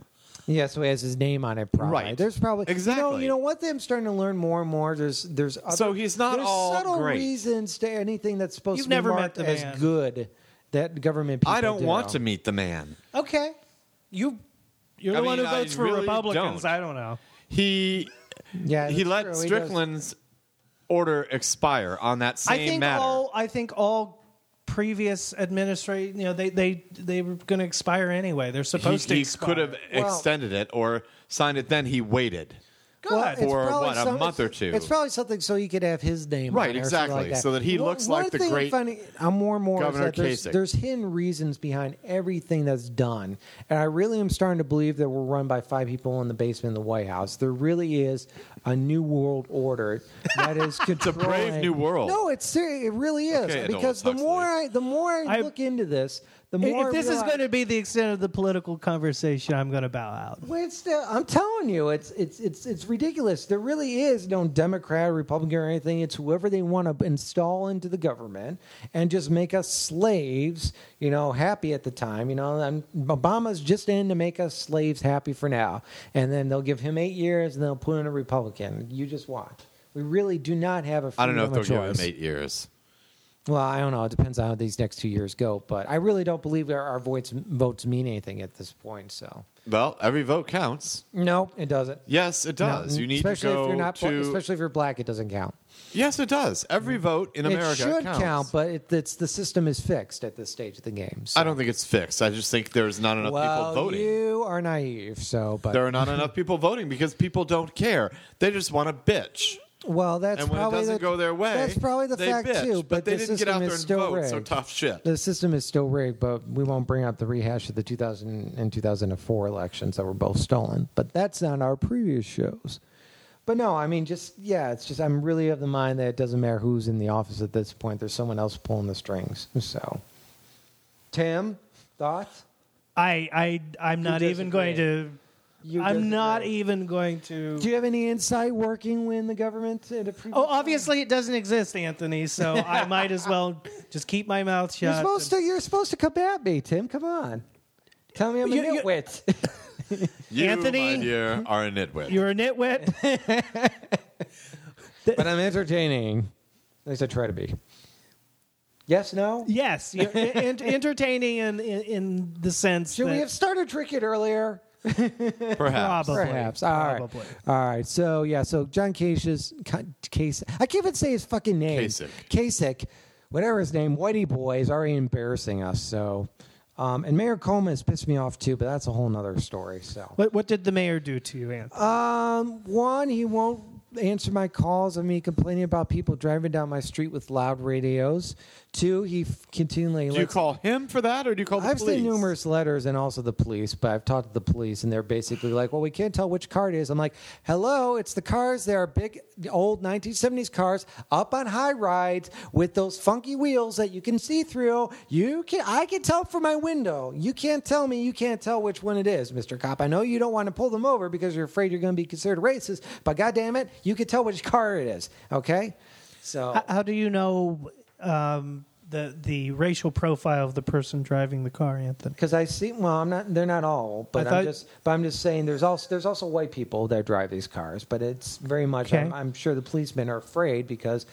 Speaker 1: Yeah, so he has his name on it. Probably.
Speaker 2: Right.
Speaker 1: There's probably you know- You know,
Speaker 2: Exactly.
Speaker 1: what? I'm starting to learn more and more. There's there's other,
Speaker 2: So he's not
Speaker 1: there's
Speaker 2: all
Speaker 1: subtle
Speaker 2: great.
Speaker 1: reasons to anything that's supposed
Speaker 3: You've
Speaker 1: to be
Speaker 3: never met
Speaker 1: marked
Speaker 3: the man.
Speaker 1: as good that government. people
Speaker 2: I don't
Speaker 1: do.
Speaker 2: want to meet the man.
Speaker 1: Okay.
Speaker 3: you you're
Speaker 2: I
Speaker 3: the one who
Speaker 2: mean, I
Speaker 3: votes for
Speaker 2: really
Speaker 3: Republicans.
Speaker 2: don't.
Speaker 3: I don't know.
Speaker 2: He
Speaker 1: Yeah.
Speaker 2: he
Speaker 1: that's
Speaker 2: let
Speaker 1: true. does.
Speaker 2: Strickland's order expire on that same
Speaker 3: I think
Speaker 2: matter.
Speaker 3: all I think all previous administration, you know, they they they were going to expire anyway. They're
Speaker 2: he,
Speaker 3: supposed to
Speaker 2: he
Speaker 3: expire.
Speaker 2: could have extended it or signed it. Then he waited.
Speaker 3: Good.
Speaker 1: Well, it's
Speaker 2: for,
Speaker 1: probably
Speaker 2: what, a month or two.
Speaker 1: It's probably something so he could have his name,
Speaker 2: Right,
Speaker 1: on it or something
Speaker 2: exactly,
Speaker 1: Like that.
Speaker 2: so that he
Speaker 1: One-
Speaker 2: looks
Speaker 1: one
Speaker 2: like the
Speaker 1: thing I'm
Speaker 2: great
Speaker 1: finding- I'm more and more is
Speaker 2: Governor
Speaker 1: that there's,
Speaker 2: Kasich.
Speaker 1: there's hidden reasons behind everything that's done, and I really am starting to believe that we're run by five people in the basement of the White House. There really is a new world order that is controlling.
Speaker 2: brave new world.
Speaker 1: No, it's ser- it really is
Speaker 2: Okay, Adolf
Speaker 1: because the
Speaker 2: Huxley.
Speaker 1: more I the more I,
Speaker 3: I-
Speaker 1: look into this, the
Speaker 3: If-
Speaker 1: more
Speaker 3: If this
Speaker 1: I
Speaker 3: is
Speaker 1: realize-
Speaker 3: going to be the extent of the political conversation, I'm going to bow out.
Speaker 1: well, it's still, I'm telling you, it's it's it's it's ridiculous. There really is no Democrat, or Republican, or anything. It's whoever they want to install into the government and just make us slaves. You know, happy at the time. You know, and Obama's just in to make us slaves happy for now, and then they'll give him eight years, and they'll put in a Republican. You just watch. We really do not have a.
Speaker 2: I don't know if
Speaker 1: freedom
Speaker 2: they'll
Speaker 1: of
Speaker 2: give him
Speaker 1: choice.
Speaker 2: eight years.
Speaker 1: Well, I don't know. It depends on how these next two years go, but I really don't believe our, our votes votes mean anything at this point. So,
Speaker 2: Well, every vote counts.
Speaker 1: no, it doesn't.
Speaker 2: Yes, it
Speaker 1: No,
Speaker 2: does. you need to
Speaker 1: especially
Speaker 2: go
Speaker 1: if you're not bla-
Speaker 2: to.
Speaker 1: especially if you're black, it doesn't count.
Speaker 2: yes, it does. Every vote in America
Speaker 1: it should
Speaker 2: counts.
Speaker 1: count, but it, it's the system is fixed at this stage of the game. So.
Speaker 2: I don't think it's fixed. I just think there's not enough
Speaker 1: well,
Speaker 2: people voting.
Speaker 1: you are naive. So, but
Speaker 2: There are not enough people voting because people don't care. They just want to bitch.
Speaker 1: well, that's
Speaker 2: and when it
Speaker 1: probably
Speaker 2: doesn't
Speaker 1: the,
Speaker 2: go their way,
Speaker 1: That's probably the
Speaker 2: they
Speaker 1: fact
Speaker 2: bitch.
Speaker 1: too.
Speaker 2: But, they
Speaker 1: the
Speaker 2: didn't get
Speaker 1: system
Speaker 2: out there
Speaker 1: is
Speaker 2: and
Speaker 1: still
Speaker 2: vote,
Speaker 1: rigged.
Speaker 2: so tough shit.
Speaker 1: The system is still rigged, but we won't bring up the rehash of the 2000 and 2004 elections that were both stolen. But that's on our previous shows. But no, I mean, just yeah, it's just I'm really of the mind that it doesn't matter who's in the office at this point. There's someone else pulling the strings. So, Tim, thoughts?
Speaker 3: I I I'm not even
Speaker 1: disagree.
Speaker 3: going to.
Speaker 1: You
Speaker 3: I'm not e-
Speaker 1: disagree.
Speaker 3: even going to.
Speaker 1: Do you have any insight working in the government? At a previous
Speaker 3: Oh, obviously it doesn't exist, Anthony. So I might as well just keep my mouth shut.
Speaker 1: You're supposed to. You're supposed to come at me, Tim. Come on. Tell me I'm a
Speaker 3: You- you-
Speaker 1: nitwit.
Speaker 2: you,
Speaker 3: Anthony-
Speaker 2: my dear, are a nitwit.
Speaker 3: You're a nitwit.
Speaker 1: but I'm entertaining. At least I try to be. Yes, no?
Speaker 3: yes, you're en- entertaining in, in in the sense
Speaker 1: Should
Speaker 3: that
Speaker 1: we have started drinking earlier?
Speaker 2: Perhaps.
Speaker 3: probably
Speaker 1: Perhaps. All right.
Speaker 3: Probably.
Speaker 1: All right. So, yeah, so John Case's case. I can't even say his fucking name.
Speaker 2: Kasich.
Speaker 1: Kasich, whatever his name, Whitey Boy, is already embarrassing us. So, um, and Mayor Coleman has pissed me off too, but that's a whole nother story. So,
Speaker 3: What what did the mayor do to you, Anthony?
Speaker 1: Um, one, he won't answer my calls of me complaining about people driving down my street with loud radios. Two, he f- continually.
Speaker 2: Do you
Speaker 1: lets-
Speaker 2: call him for that, or do you call the
Speaker 1: I've
Speaker 2: police?
Speaker 1: seen numerous letters and also the police, but I've talked to the police and they're basically like, "Well, we can't tell which car it is." I'm like, "Hello, it's the cars. They are big, old 1970s cars up on high rides with those funky wheels that you can see through. You can, I can tell from my window. You can't tell me. You can't tell which one it is, Mister Cop. I know you don't want to pull them over because you're afraid you're going to be considered racist, but goddamn it, you can tell which car it is. Okay, so
Speaker 3: How, how do you know um, the the racial profile of the person driving the car, Anthony?
Speaker 1: Because I see, well, I'm not. They're not all, but
Speaker 3: I
Speaker 1: I'm
Speaker 3: thought-
Speaker 1: just. But I'm just saying, there's also there's also white people that drive these cars, but it's very much.
Speaker 3: Okay.
Speaker 1: I'm, I'm sure the policemen are afraid because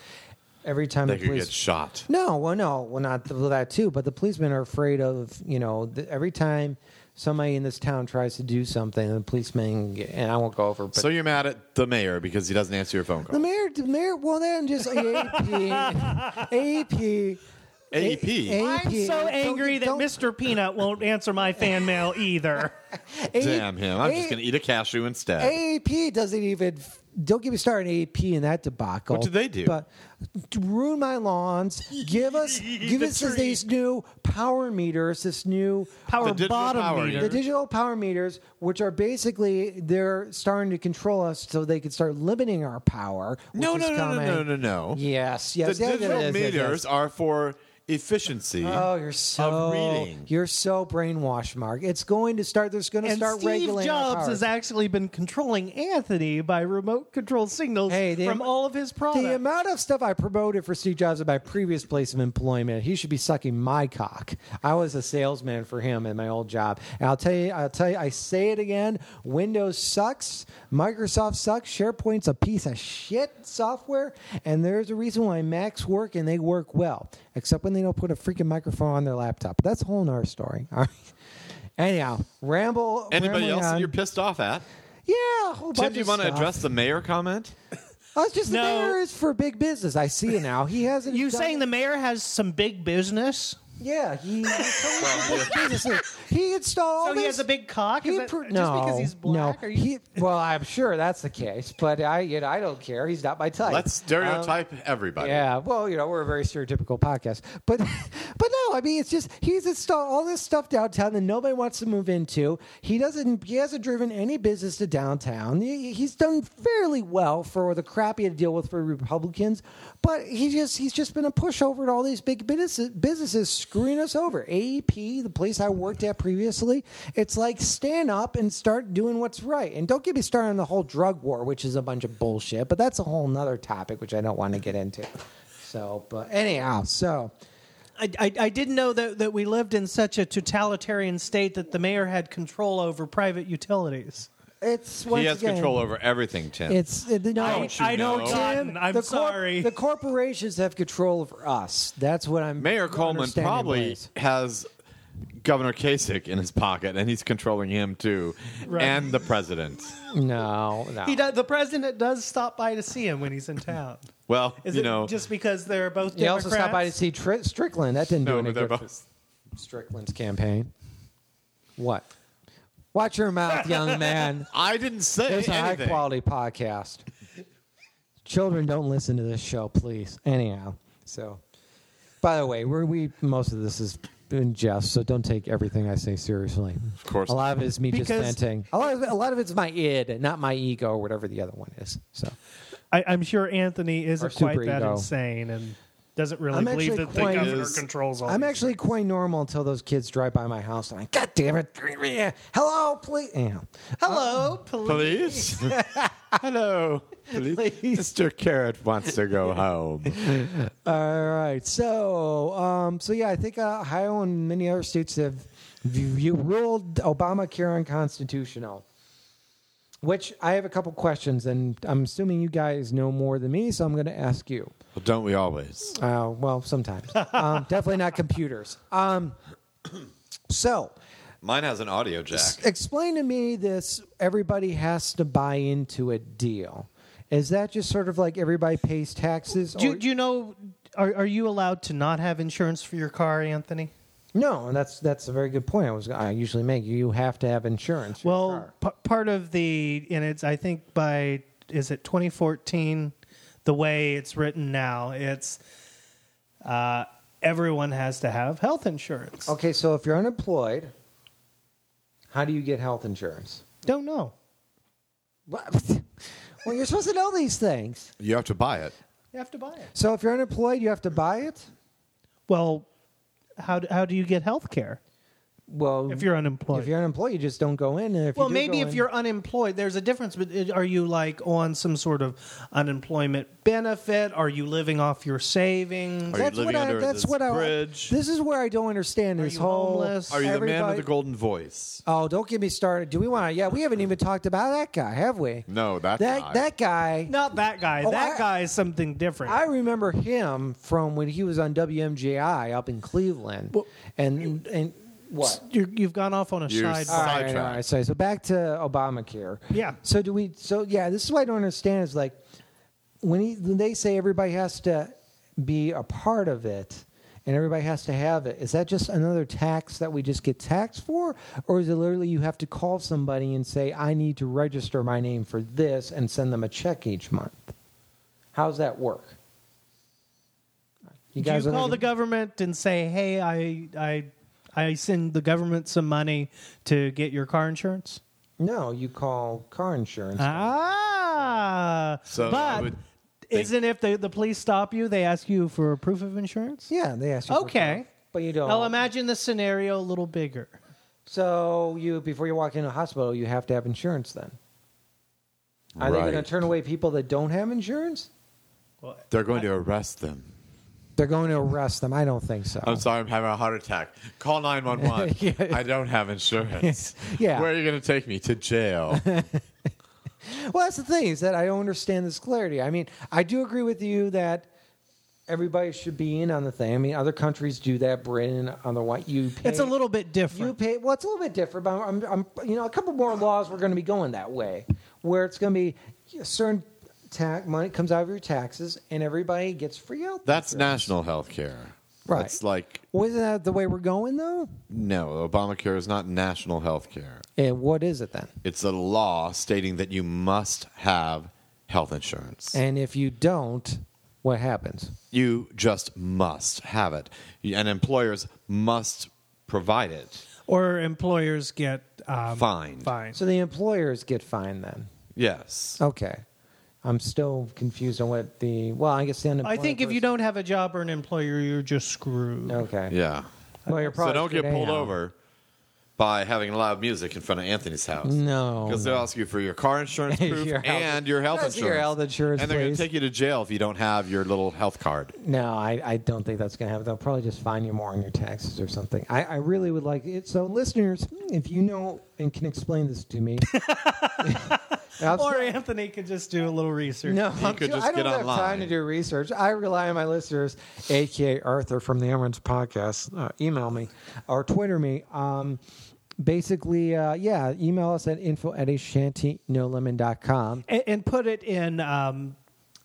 Speaker 1: every time
Speaker 2: They
Speaker 1: the
Speaker 2: could
Speaker 1: police
Speaker 2: get shot.
Speaker 1: no, well, no, well, not th- well, that too. But the policemen are afraid of you know th- every time somebody in this town tries to do something, the policemen get- and I won't go over. But
Speaker 2: So you're mad at the mayor because he doesn't answer your phone
Speaker 1: the
Speaker 2: call.
Speaker 1: mayor, the mayor, well, then just AAP, AAP.
Speaker 2: AEP.
Speaker 1: AAP.
Speaker 3: I'm so
Speaker 1: Don't-
Speaker 3: angry that
Speaker 1: don't-
Speaker 3: Mr. Peanut won't answer my fan mail either.
Speaker 2: Damn him! I'm just
Speaker 1: A-
Speaker 2: gonna eat a cashew instead.
Speaker 1: AAP doesn't even. Don't get me started on AAP and that debacle.
Speaker 2: What do they do?
Speaker 1: But ruin my lawns. Give us, give
Speaker 3: The
Speaker 1: us
Speaker 3: tree.
Speaker 1: these new power meters. This new
Speaker 3: Power
Speaker 2: The digital
Speaker 3: bottom
Speaker 2: power
Speaker 3: meter.
Speaker 1: the digital power meters, which are basically they're starting to control us, so they can start limiting our power. which
Speaker 2: no,
Speaker 1: is
Speaker 2: no, no, no,
Speaker 1: coming.
Speaker 2: no, no, no.
Speaker 1: Yes, yes.
Speaker 2: the
Speaker 1: yes, yes,
Speaker 2: digital
Speaker 1: yes, yes,
Speaker 2: meters
Speaker 1: yes.
Speaker 2: are for efficiency.
Speaker 1: Oh, you're so
Speaker 2: reading.
Speaker 1: you're so brainwashed, Mark. It's going to start. There's going to
Speaker 3: And
Speaker 1: start
Speaker 3: Steve
Speaker 1: regulating. our
Speaker 3: Jobs
Speaker 1: powers.
Speaker 3: has actually been controlling Anthony by remote control signals
Speaker 1: Hey, the am-
Speaker 3: from all of his products.
Speaker 1: the amount of stuff I promoted for Steve Jobs at my previous place of employment, he should be sucking my cock. I was a salesman for him at my old job. And I'll tell you, I'll tell you, I say it again. Windows sucks. Microsoft sucks. SharePoint's a piece of shit software. And there's a reason why Macs work and they work well, except when they don't put a freaking microphone on their laptop. That's a whole nother story. All right. Anyhow, ramble.
Speaker 2: Anybody
Speaker 1: rambling
Speaker 2: else that
Speaker 1: on.
Speaker 2: you're pissed off at?
Speaker 1: yeah, a whole
Speaker 2: Tim,
Speaker 1: bunch
Speaker 2: do you
Speaker 1: of
Speaker 2: want to
Speaker 1: stuff.
Speaker 2: address the mayor comment?
Speaker 1: I was just
Speaker 3: No.
Speaker 1: the mayor is for big business. I see it now. He hasn't.
Speaker 3: you
Speaker 1: done
Speaker 3: saying
Speaker 1: it.
Speaker 3: the mayor has some big business?
Speaker 1: Yeah, he. he totally did big business. He installed.
Speaker 3: So
Speaker 1: all
Speaker 3: Oh, he
Speaker 1: these-
Speaker 3: has a big cock?
Speaker 1: he
Speaker 3: Is that-
Speaker 1: pro-
Speaker 3: just
Speaker 1: no,
Speaker 3: because he's black?
Speaker 1: no.
Speaker 3: Are you-
Speaker 1: He, well, I'm sure that's the case, but I, you know, I don't care. He's not my type.
Speaker 2: Let's
Speaker 1: Um,
Speaker 2: stereotype everybody.
Speaker 1: yeah, well, you know, we're a very stereotypical podcast, but but no, I mean, it's just he's installed all this stuff downtown that nobody wants to move into. He doesn't, he hasn't driven any business to downtown. He, he's done fairly well for the crap he had to deal with for Republicans, but he just he's just been a pushover to all these big businesses, businesses screwing us over. AEP, the place I worked at previously, it's like stand up and start doing what's right. And don't get me started on the whole drug war, which is a bunch of bullshit, but that's a whole nother topic which I don't want to get into. So, but anyhow, so
Speaker 3: I, I, I didn't know that, that we lived in such a totalitarian state that the mayor had control over private utilities.
Speaker 1: it's once
Speaker 2: He has
Speaker 1: again,
Speaker 2: control over everything, Tim.
Speaker 1: It's it, no,
Speaker 2: Don't you
Speaker 3: I don't
Speaker 2: know?
Speaker 3: gotten- I'm
Speaker 1: the
Speaker 3: sorry.
Speaker 1: The corporations have control over us. That's what I'm.
Speaker 2: Mayor Coleman
Speaker 1: understanding
Speaker 2: probably
Speaker 1: is.
Speaker 2: has Governor Kasich in his pocket, and he's controlling him too,
Speaker 3: Right.
Speaker 2: and the president.
Speaker 1: No, no.
Speaker 3: He does, the president does stop by to see him when he's in town.
Speaker 2: Well,
Speaker 3: Is
Speaker 2: you
Speaker 3: it
Speaker 2: know,
Speaker 3: just because they're both
Speaker 1: He
Speaker 3: Democrats?
Speaker 1: also stopped by to see Tri- Strickland. That didn't do
Speaker 2: no,
Speaker 1: any
Speaker 2: they're
Speaker 1: good. for
Speaker 2: both.
Speaker 1: Strickland's campaign. What? Watch your mouth, young man.
Speaker 2: I didn't say
Speaker 1: It's a high
Speaker 2: anything.
Speaker 1: quality podcast. Children don't listen to this show, please. Anyhow, so by the way, we're we most of this is in jest, so don't take everything I say seriously.
Speaker 2: Of course
Speaker 1: a lot of it is me just
Speaker 3: Because-
Speaker 1: venting. A lot of it, a lot of it's my id, not my ego, or whatever the other one is. So
Speaker 3: I, I'm sure Anthony isn't
Speaker 1: Our
Speaker 3: quite
Speaker 1: superego.
Speaker 3: that insane and doesn't really
Speaker 1: I'm
Speaker 3: believe
Speaker 1: actually
Speaker 3: that the
Speaker 1: quite-
Speaker 3: governor
Speaker 2: is-
Speaker 3: controls all.
Speaker 1: I'm
Speaker 3: these
Speaker 1: actually quite normal until those kids drive by my house and I, God damn it, yeah, hello, please, yeah.
Speaker 3: Hello, police.
Speaker 2: Oh, Police? Hello. Police. Mr. Carrot wants to go home.
Speaker 1: All right. So, um, so yeah, I think uh, Ohio and many other states have v- v- ruled Obamacare unconstitutional. Which I have a couple questions, and I'm assuming you guys know more than me, so I'm going to ask you.
Speaker 2: Well, don't we always?
Speaker 1: Uh, well, sometimes, um, definitely not computers. Um, so,
Speaker 2: Mine has an audio jack.
Speaker 1: explain to me this everybody has to buy into a deal. Is that just sort of like everybody pays taxes?
Speaker 3: Do,
Speaker 1: or-
Speaker 3: do you know? Are, are you allowed to not have insurance for your car, Anthony?
Speaker 1: No, and that's that's a very good point. I was I usually make you have to have insurance. for your
Speaker 3: Well,
Speaker 1: car.
Speaker 3: p- part of the and it's I think by is it 2014, the way it's written now, it's uh, everyone has to have health insurance.
Speaker 1: okay, so if you're unemployed, how do you get health insurance?
Speaker 3: Don't know.
Speaker 1: What? Well, you're supposed to know these things.
Speaker 2: You have to buy it.
Speaker 3: You have to buy it.
Speaker 1: So if you're unemployed, you have to buy it.
Speaker 3: Well, how do, how do you get health care
Speaker 1: Well,
Speaker 3: if you're unemployed?
Speaker 1: if you're unemployed, you just don't go in. And if you
Speaker 3: well,
Speaker 1: do
Speaker 3: maybe
Speaker 1: go
Speaker 3: if
Speaker 1: in-
Speaker 3: you're unemployed, there's a difference. But it- are you like on some sort of unemployment benefit? Are you living off your savings?
Speaker 2: Are you
Speaker 1: that's what
Speaker 2: living
Speaker 1: I,
Speaker 2: under
Speaker 1: that's
Speaker 2: this
Speaker 1: what I,
Speaker 2: bridge?
Speaker 1: This is where I don't understand
Speaker 3: Are
Speaker 1: this
Speaker 3: you
Speaker 1: whole.
Speaker 3: homeless?
Speaker 2: Are you the man with
Speaker 1: everybody-
Speaker 2: the golden voice?
Speaker 1: Oh, don't get me started. Do we want to? Yeah, we haven't even talked about that guy, have we?
Speaker 2: No, that
Speaker 1: that
Speaker 2: guy.
Speaker 1: that guy.
Speaker 3: Not that guy.
Speaker 1: Oh,
Speaker 3: that
Speaker 1: I-
Speaker 3: guy is something different.
Speaker 1: I remember him from when he was on WMJI up in Cleveland, and and what?
Speaker 3: You're, you've gone off on a
Speaker 2: You're
Speaker 3: side.
Speaker 1: All
Speaker 2: sorry.
Speaker 1: right, all
Speaker 2: Sidetrack.
Speaker 1: right. So, so back to Obamacare.
Speaker 3: Yeah.
Speaker 1: So do we? So yeah, this is what I don't understand. Is like when he when they say everybody has to be a part of it. And everybody has to have it. Is that just another tax that we just get taxed for, or is it literally you have to call somebody and say, "I need to register my name for this," and send them a check each month? How's that work?
Speaker 3: Do you
Speaker 1: are
Speaker 3: call
Speaker 1: not-
Speaker 3: the government and say, "Hey, I, I, I send the government some money to get your car insurance"? Uh,
Speaker 1: No, you call car insurance.
Speaker 3: Ah,
Speaker 2: So I
Speaker 3: but
Speaker 2: would-
Speaker 3: Isn't if the, the police stop you, they ask you for proof of insurance?
Speaker 1: Yeah, they asked you. for
Speaker 3: Okay.
Speaker 1: proof, but you don't.
Speaker 3: I'll imagine the scenario a little bigger.
Speaker 1: so you before you walk into a hospital, you have to have insurance. Then are they going
Speaker 2: Right.
Speaker 1: to turn away people that don't have insurance?
Speaker 2: They're going to arrest them.
Speaker 1: They're going to arrest them. I don't think so.
Speaker 2: I'm sorry, I'm having a heart attack. Call 911. I don't have insurance.
Speaker 1: Yeah.
Speaker 2: Where are you going to take me? To jail.
Speaker 1: Well, that's the thing is that I don't understand this clarity. I mean, I do agree with you that everybody should be in on the thing. I mean, other countries do that. Britain, on the what you pay,
Speaker 3: It's a little bit
Speaker 1: you
Speaker 3: different.
Speaker 1: pay. Well, it's a little bit different, but I'm, I'm you know, a couple more laws we're going to be going that way, where it's going to be a certain tax money comes out of your taxes, and everybody gets free health.
Speaker 2: That's
Speaker 1: insurance.
Speaker 2: national health care.
Speaker 1: Right.
Speaker 2: That's like,
Speaker 1: Wasn't that the way we're going though?
Speaker 2: no, Obamacare is not national health care.
Speaker 1: And what is it then?
Speaker 2: It's a law stating that you must have health insurance.
Speaker 1: And if you don't, what happens?
Speaker 2: you just must have it. And employers must provide it.
Speaker 3: Or employers get um,
Speaker 2: Fined.
Speaker 3: Fines.
Speaker 1: So the employers get fined then.
Speaker 2: Yes.
Speaker 1: Okay. I'm still confused on what the well, I guess the
Speaker 3: I
Speaker 1: unemployed
Speaker 3: think if you
Speaker 1: person-
Speaker 3: don't have a job or an employer, you're just screwed.
Speaker 1: Okay.
Speaker 2: Yeah.
Speaker 1: Well, you're
Speaker 2: So
Speaker 1: probably
Speaker 2: don't get
Speaker 1: screwed
Speaker 2: pulled
Speaker 1: anyhow.
Speaker 2: over by having loud music in front of Anthony's house.
Speaker 1: No.
Speaker 2: Because they'll ask you for your car insurance proof
Speaker 1: Your health-
Speaker 2: and your health
Speaker 1: That's
Speaker 2: insurance.
Speaker 1: your health insurance,
Speaker 2: And they're
Speaker 1: please.
Speaker 2: to take you to jail if you don't have your little health card.
Speaker 1: No, I, I don't think that's going to happen. They'll probably just fine you more on your taxes or something. I, I really would like it. So, listeners, if you know and can explain this to me, I'm
Speaker 3: Or
Speaker 1: sorry.
Speaker 3: Anthony could just do a little research.
Speaker 1: No,
Speaker 2: You
Speaker 1: I'm
Speaker 2: could
Speaker 1: sure-
Speaker 2: just
Speaker 1: I don't
Speaker 2: get
Speaker 1: have time
Speaker 2: online.
Speaker 1: to do research. I rely on my listeners, aka Arthur from the Emirates podcast. Uh, email me or Twitter me. Um, basically, uh, yeah, email us at info at ashantinolemon.com.
Speaker 3: And, and put it in um,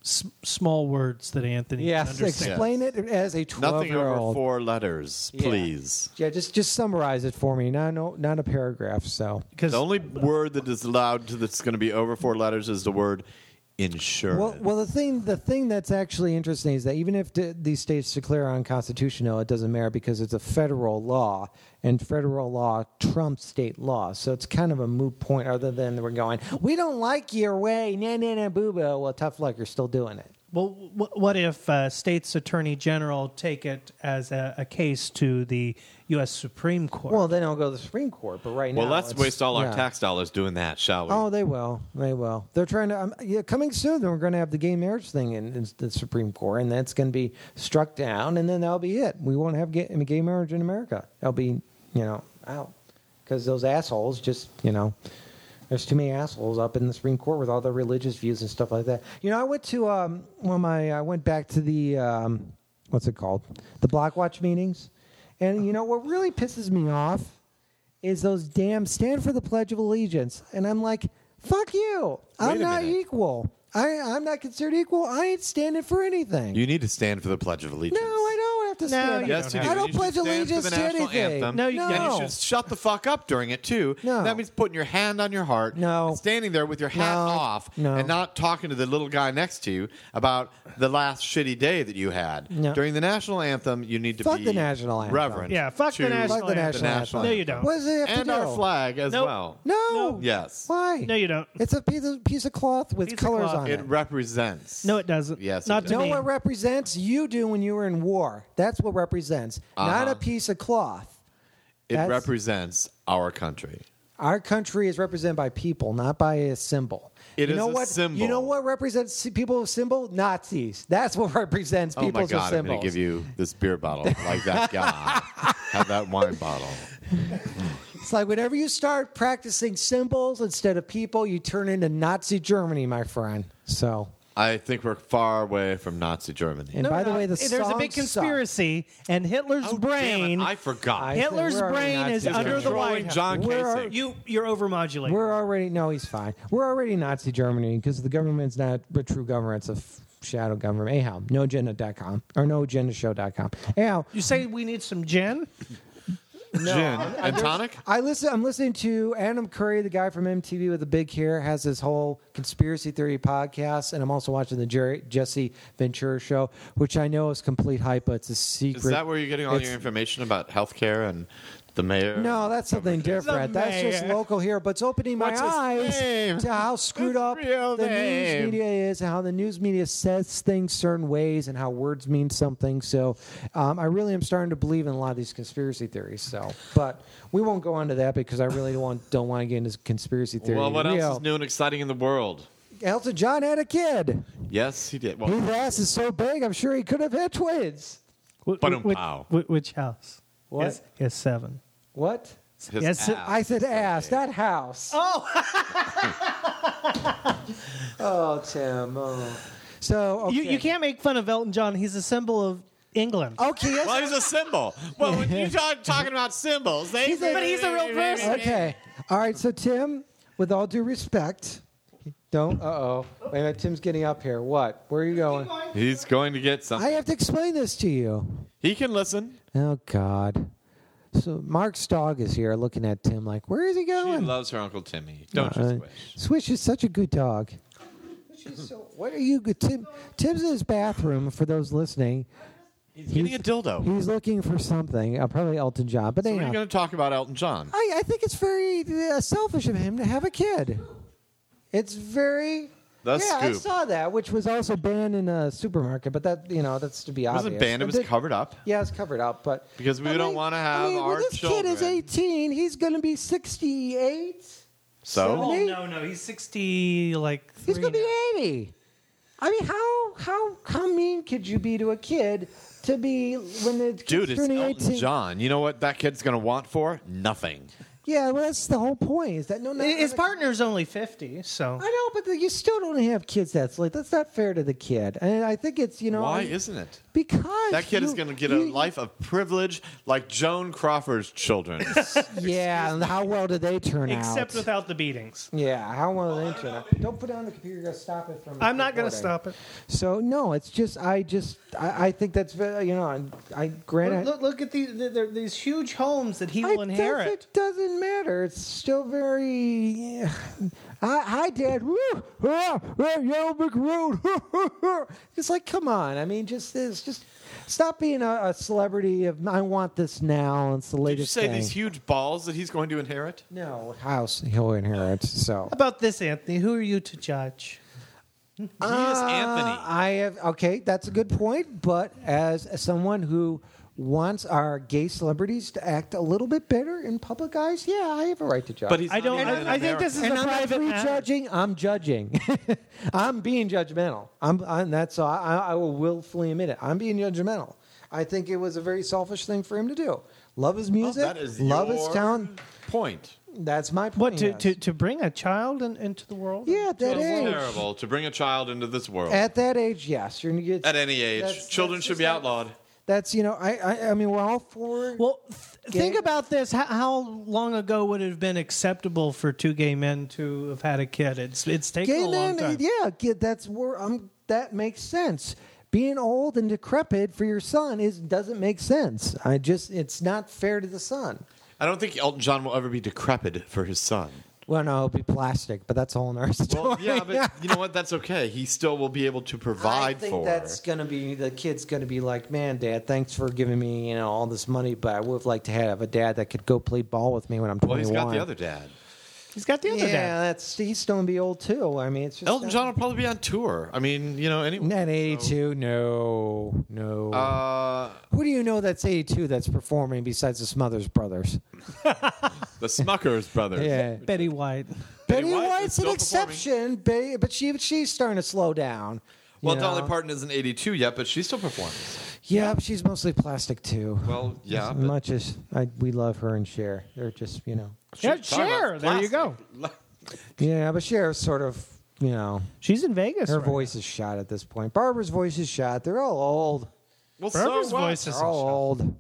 Speaker 3: s- small words that Anthony can
Speaker 1: Yes,
Speaker 3: understand.
Speaker 1: explain it as a twelve
Speaker 2: Nothing
Speaker 1: year
Speaker 2: over
Speaker 1: old.
Speaker 2: four letters,
Speaker 1: Yeah.
Speaker 2: please.
Speaker 1: Yeah, just just summarize it for me. Not no, not a paragraph. So
Speaker 3: Because
Speaker 2: The only word that is allowed to, that's going to be over four letters is the word insurance.
Speaker 1: well, well, the thing the thing that's actually interesting is that even if the, these states declare unconstitutional, it doesn't matter because it's a federal law, and federal law trumps state law. So it's kind of a moot point. Other than we're going, we don't like your way, na na na boo boo. Well, tough luck, you're still doing it.
Speaker 3: Well, wh- what if uh, states' attorney general take it as a, a case to the U.S. Supreme Court?
Speaker 1: Well, then I'll go to the Supreme Court. But right
Speaker 2: Well,
Speaker 1: now,
Speaker 2: let's
Speaker 1: it's-
Speaker 2: waste all our
Speaker 1: yeah.
Speaker 2: tax dollars doing that, shall we?
Speaker 1: Oh, they will. They will. They're trying to. Um, yeah, coming soon. Then we're going to have the gay marriage thing in, in the Supreme Court, and that's going to be struck down, and then that'll be it. We won't have gay, I mean, gay marriage in America. That'll be, you know, out because those assholes just, you know, there's too many assholes up in the Supreme Court with all their religious views and stuff like that. You know, I went to um, when my I went back to the um, what's it called, the Block Watch meetings, and you know what really pisses me off is those damn stand for the Pledge of Allegiance. And I'm like, fuck you. I'm
Speaker 2: Wait a
Speaker 1: not
Speaker 2: minute.
Speaker 1: equal. I, I'm not considered equal. I ain't standing for anything.
Speaker 2: you need to stand for the Pledge of Allegiance.
Speaker 1: no, I don't have to stand.
Speaker 3: you
Speaker 2: Yes, you
Speaker 1: I
Speaker 2: do.
Speaker 3: don't
Speaker 2: And
Speaker 1: don't
Speaker 2: you should
Speaker 1: pledge
Speaker 2: stand for
Speaker 1: allegiance
Speaker 2: the
Speaker 1: to
Speaker 2: national
Speaker 1: anything.
Speaker 2: Anthem.
Speaker 3: No, you
Speaker 1: no.
Speaker 3: can't.
Speaker 2: And you should shut the fuck up during it too.
Speaker 1: No.
Speaker 2: That means putting your hand on your heart,
Speaker 1: No.
Speaker 2: and standing there with your hat
Speaker 1: No.
Speaker 2: off,
Speaker 1: No.
Speaker 2: and not talking to the little guy next to you about the last shitty day that you had
Speaker 1: No.
Speaker 2: during the national anthem. You need to
Speaker 1: Fuck
Speaker 2: be
Speaker 1: the national anthem.
Speaker 2: reverend.
Speaker 3: Yeah, fuck the
Speaker 2: to
Speaker 3: national
Speaker 1: Fuck the
Speaker 3: anthem.
Speaker 1: national anthem.
Speaker 3: No, you don't.
Speaker 1: What does it have to
Speaker 2: and
Speaker 1: do?
Speaker 2: our flag as
Speaker 3: Nope.
Speaker 2: well.
Speaker 1: No.
Speaker 2: Yes,
Speaker 1: Why?
Speaker 3: no, you don't.
Speaker 1: It's a piece of, piece of cloth with
Speaker 3: Piece of
Speaker 1: colors
Speaker 3: cloth.
Speaker 1: on it.
Speaker 2: it represents.
Speaker 3: No, it doesn't.
Speaker 2: Yes, it
Speaker 3: not
Speaker 2: does.
Speaker 3: to
Speaker 1: No,
Speaker 3: me.
Speaker 1: what represents you do when you were in war. That's what represents, not
Speaker 2: Uh-huh.
Speaker 1: a piece of cloth.
Speaker 2: it
Speaker 1: That's-
Speaker 2: represents our country.
Speaker 1: Our country is represented by people, not by a symbol.
Speaker 2: It
Speaker 1: you
Speaker 2: is
Speaker 1: know
Speaker 2: a
Speaker 1: what, You
Speaker 2: symbol.
Speaker 1: know what represents people with symbol? Nazis. That's what represents
Speaker 2: Oh
Speaker 1: people
Speaker 2: my
Speaker 1: with
Speaker 2: God! I'm
Speaker 1: symbols.
Speaker 2: going to give you this beer bottle like that guy. Have that wine bottle.
Speaker 1: It's like whenever you start practicing symbols instead of people, you turn into Nazi Germany, my friend. So,
Speaker 2: I think we're far away from Nazi Germany.
Speaker 1: and
Speaker 3: No,
Speaker 1: by the
Speaker 3: no,
Speaker 1: way, the
Speaker 3: there's a big
Speaker 1: songs
Speaker 3: conspiracy, and Hitler's
Speaker 2: Oh,
Speaker 3: brain.
Speaker 2: damn it, I forgot.
Speaker 1: I-
Speaker 3: Hitler's
Speaker 1: Where are we
Speaker 3: brain
Speaker 1: not
Speaker 3: is
Speaker 1: doing
Speaker 3: under
Speaker 1: that?
Speaker 3: the White
Speaker 2: Controlling
Speaker 3: House.
Speaker 2: John
Speaker 1: Where are-
Speaker 2: Kasich.
Speaker 3: You, you're overmodulating.
Speaker 1: Suck. We're already no, he's fine. We're already Nazi Germany because the government's not a true government; it's a f- shadow government. Anyhow, noagenda.com or noagendashow.com. Anyhow,
Speaker 3: you say we need some gin?
Speaker 2: Gin and tonic.
Speaker 1: I listen. I'm listening to Adam Curry, the guy from MTV with the big hair, has this whole conspiracy theory podcast, and I'm also watching the Jerry, Jesse Ventura show, which I know is complete hype, but it's a secret.
Speaker 2: Is that where you're getting all
Speaker 1: It's-
Speaker 2: your information about healthcare and The mayor?
Speaker 1: No, that's something different. That's just
Speaker 3: mayor.
Speaker 1: local here, but it's opening my
Speaker 2: What's his
Speaker 1: eyes
Speaker 2: name?
Speaker 1: to how screwed up
Speaker 2: real
Speaker 1: the
Speaker 2: name.
Speaker 1: news media is, and how the news media says things certain ways, and how words mean something. So, um, I really am starting to believe in a lot of these conspiracy theories. So, but we won't go into that because I really don't want don't want to get into conspiracy theory.
Speaker 2: Well, what
Speaker 1: Rio.
Speaker 2: else is new and exciting in the world?
Speaker 1: Elton John had a kid.
Speaker 2: Yes, he did. Well,
Speaker 1: His ass is so big, I'm sure he could have had twins.
Speaker 3: Wh-
Speaker 2: Ba-dum
Speaker 3: wh- which,
Speaker 2: pow.
Speaker 3: wh- which house?
Speaker 1: What?
Speaker 3: Yes, yes, seven.
Speaker 1: What?
Speaker 2: his
Speaker 3: Yes,
Speaker 2: ass.
Speaker 1: I said ass, not house. Oh, oh, Tim. Oh. So okay.
Speaker 3: You, you can't make fun of Elton John. He's a symbol of England.
Speaker 1: Okay. Yes.
Speaker 2: Well, he's a symbol. Well, when you talk talking about symbols, they
Speaker 1: He's a- But he's a real
Speaker 3: person.
Speaker 1: okay. All right. So Tim, with all due respect, don't. Uh oh. Wait a minute. Tim's getting up here. What? Where are you going?
Speaker 2: He's going to get
Speaker 1: I
Speaker 2: something.
Speaker 1: have to explain this to you.
Speaker 2: He can listen.
Speaker 1: Oh God. So Mark's dog is here, looking at Tim like, "Where is he
Speaker 2: She
Speaker 1: going?"
Speaker 2: loves her Uncle Timmy. Don't
Speaker 1: Uh,
Speaker 2: you squish.
Speaker 1: Swish is such a good dog. What are you, good- Tim? Tim's in his bathroom. For those listening,
Speaker 2: He's getting a dildo.
Speaker 1: he's looking for something. Uh, probably Elton John, but
Speaker 2: So We're
Speaker 1: anyhow,
Speaker 2: going to talk about Elton John.
Speaker 1: I, I think it's very uh, selfish of him to have a kid. It's very.
Speaker 2: The
Speaker 1: yeah, I
Speaker 2: scoop.
Speaker 1: saw that, which was also banned in a supermarket. But that, you know, that's to be
Speaker 2: It
Speaker 1: honest.
Speaker 2: wasn't banned. It was covered up
Speaker 1: Yeah, it's covered up, but
Speaker 2: because we
Speaker 1: I
Speaker 2: don't
Speaker 1: mean-
Speaker 2: want to
Speaker 1: I
Speaker 2: have
Speaker 1: mean,
Speaker 2: our
Speaker 1: when this kid is
Speaker 2: children.
Speaker 1: 18. He's going to be 68.
Speaker 2: so
Speaker 1: Seven.
Speaker 3: Oh,
Speaker 1: Me?
Speaker 3: no, no. He's 60, like,
Speaker 1: He's
Speaker 3: three
Speaker 1: gonna be
Speaker 3: now.
Speaker 1: eighty. I mean, how how how mean could you be to a kid to be when the kid's
Speaker 2: dude, it's
Speaker 1: turning
Speaker 2: Elton
Speaker 1: eighteen?
Speaker 2: John. You know what that kid's going to want for nothing.
Speaker 1: Yeah, well, that's the whole point. Is that no? no
Speaker 3: His partner's only 50, so.
Speaker 2: Oh.
Speaker 1: I know, but you still don't have kids. That's like that's not fair to the kid. And I think it's you know
Speaker 2: Why
Speaker 1: I-
Speaker 2: isn't it?
Speaker 1: because
Speaker 2: That kid is
Speaker 1: you-
Speaker 2: going to get a
Speaker 1: you-
Speaker 2: life of privilege like Joan Crawford's children.
Speaker 1: Yeah, and how well did they turn out?
Speaker 3: Except without the beatings.
Speaker 1: Yeah, how well did they turn out? Don't put down the computer. You're gonna stop it from.
Speaker 3: I'm not going to
Speaker 1: recording.
Speaker 3: stop it.
Speaker 1: So no, it's just I just I, I think that's ve- you know I, I grant
Speaker 3: Look, look, look at these, the, the, these huge homes that he
Speaker 1: I
Speaker 3: will
Speaker 1: does-
Speaker 3: inherit.
Speaker 1: It doesn't matter. It's still very. Hi, hi, Dad. Woo! Ah, ah, Yellow Brick Road. it's like, come on. I mean, just it's just stop being a, a celebrity of I want this now. It's the
Speaker 2: Did you
Speaker 1: latest
Speaker 2: say
Speaker 1: thing.
Speaker 2: these huge balls that he's going to inherit?
Speaker 1: no house he'll inherit. So
Speaker 3: How about this, Anthony? Who are you to judge?
Speaker 2: he is
Speaker 1: Uh,
Speaker 2: Anthony.
Speaker 1: I have okay. That's a good point. But as someone who wants our gay celebrities to act a little bit better in public eyes, yeah, I have a right to judge.
Speaker 2: But he's
Speaker 3: I
Speaker 2: not
Speaker 3: don't-
Speaker 2: even
Speaker 3: I-
Speaker 2: an
Speaker 3: I think this is
Speaker 1: and
Speaker 2: American.
Speaker 3: a
Speaker 1: I'm not
Speaker 3: private matter.
Speaker 1: prejudging. I'm judging. I'm being judgmental. I'm, I'm that's all. I, I will willfully admit it. I'm being judgmental. I think it was a very selfish thing for him to do. Love his music.
Speaker 2: Oh, that is
Speaker 1: love his
Speaker 2: your
Speaker 1: town.
Speaker 2: point.
Speaker 1: That's my point.
Speaker 3: What, to,
Speaker 1: yes.
Speaker 3: to, to bring a child in, into the world?
Speaker 1: yeah, at that
Speaker 2: It's
Speaker 1: age.
Speaker 2: terrible to bring a child into this world at,
Speaker 1: At that age, yes, you're gonna get.
Speaker 2: any age.
Speaker 1: That's-
Speaker 2: Children
Speaker 1: that's
Speaker 2: should
Speaker 1: just
Speaker 2: be
Speaker 1: like-
Speaker 2: outlawed.
Speaker 1: That's you know. I I, I mean, we're all for.
Speaker 3: Well, th-
Speaker 1: Gay-
Speaker 3: think about this. How, how long ago would it have been acceptable for two gay men to have had a kid? It's it's taken
Speaker 1: gay
Speaker 3: a long
Speaker 1: men,
Speaker 3: time.
Speaker 1: yeah, gay- that's where um that makes sense. Being old and decrepit for your son is doesn't make sense. I just it's not fair to the son.
Speaker 2: I don't think Elton John will ever be decrepit for his son.
Speaker 1: Well, no, it'll be plastic, but that's all in our story.
Speaker 2: Well, yeah, but you know what? That's okay. He still will be able to
Speaker 1: I
Speaker 2: provide
Speaker 1: think
Speaker 2: for.
Speaker 1: that's gonna be the kid's gonna be like, man, dad, thanks for giving me you know all this money, but I would have liked to have a dad that could go play ball with me when I'm 21.
Speaker 2: well, he's got the other dad.
Speaker 3: He's got the other
Speaker 1: yeah,
Speaker 3: dad.
Speaker 1: that's he's still gonna be old too. I mean, it's just
Speaker 2: Elton John will probably be on tour. I mean, you know, anyway.
Speaker 1: Not 82, no, no.
Speaker 2: Uh,
Speaker 1: Who do you know that's 82 that's performing besides the Smothers Brothers?
Speaker 2: the Smuckers brothers.
Speaker 1: Yeah.
Speaker 3: Betty White.
Speaker 2: Betty
Speaker 1: Betty
Speaker 2: White is
Speaker 1: White's an
Speaker 2: still
Speaker 1: exception, Betty, but she she's starting to slow down. you
Speaker 2: Well,
Speaker 1: know?
Speaker 2: Dolly Parton isn't 82 yet, but she still performs.
Speaker 1: Yeah, but she's mostly plastic too.
Speaker 2: Well,
Speaker 1: As
Speaker 2: yeah, but-
Speaker 1: much as I, we love her and Cher, they're just you know.
Speaker 3: Yeah,
Speaker 2: Talking about
Speaker 3: Cher. There you go.
Speaker 2: plastic.
Speaker 1: Yeah, but Cher's sort of you know
Speaker 3: She's in Vegas.
Speaker 1: her
Speaker 3: right
Speaker 1: voice is shot at this point. Barbara's voice is shot. They're all old.
Speaker 2: Well,
Speaker 3: Barbara's
Speaker 2: so what?
Speaker 3: voice is-
Speaker 1: They're all old.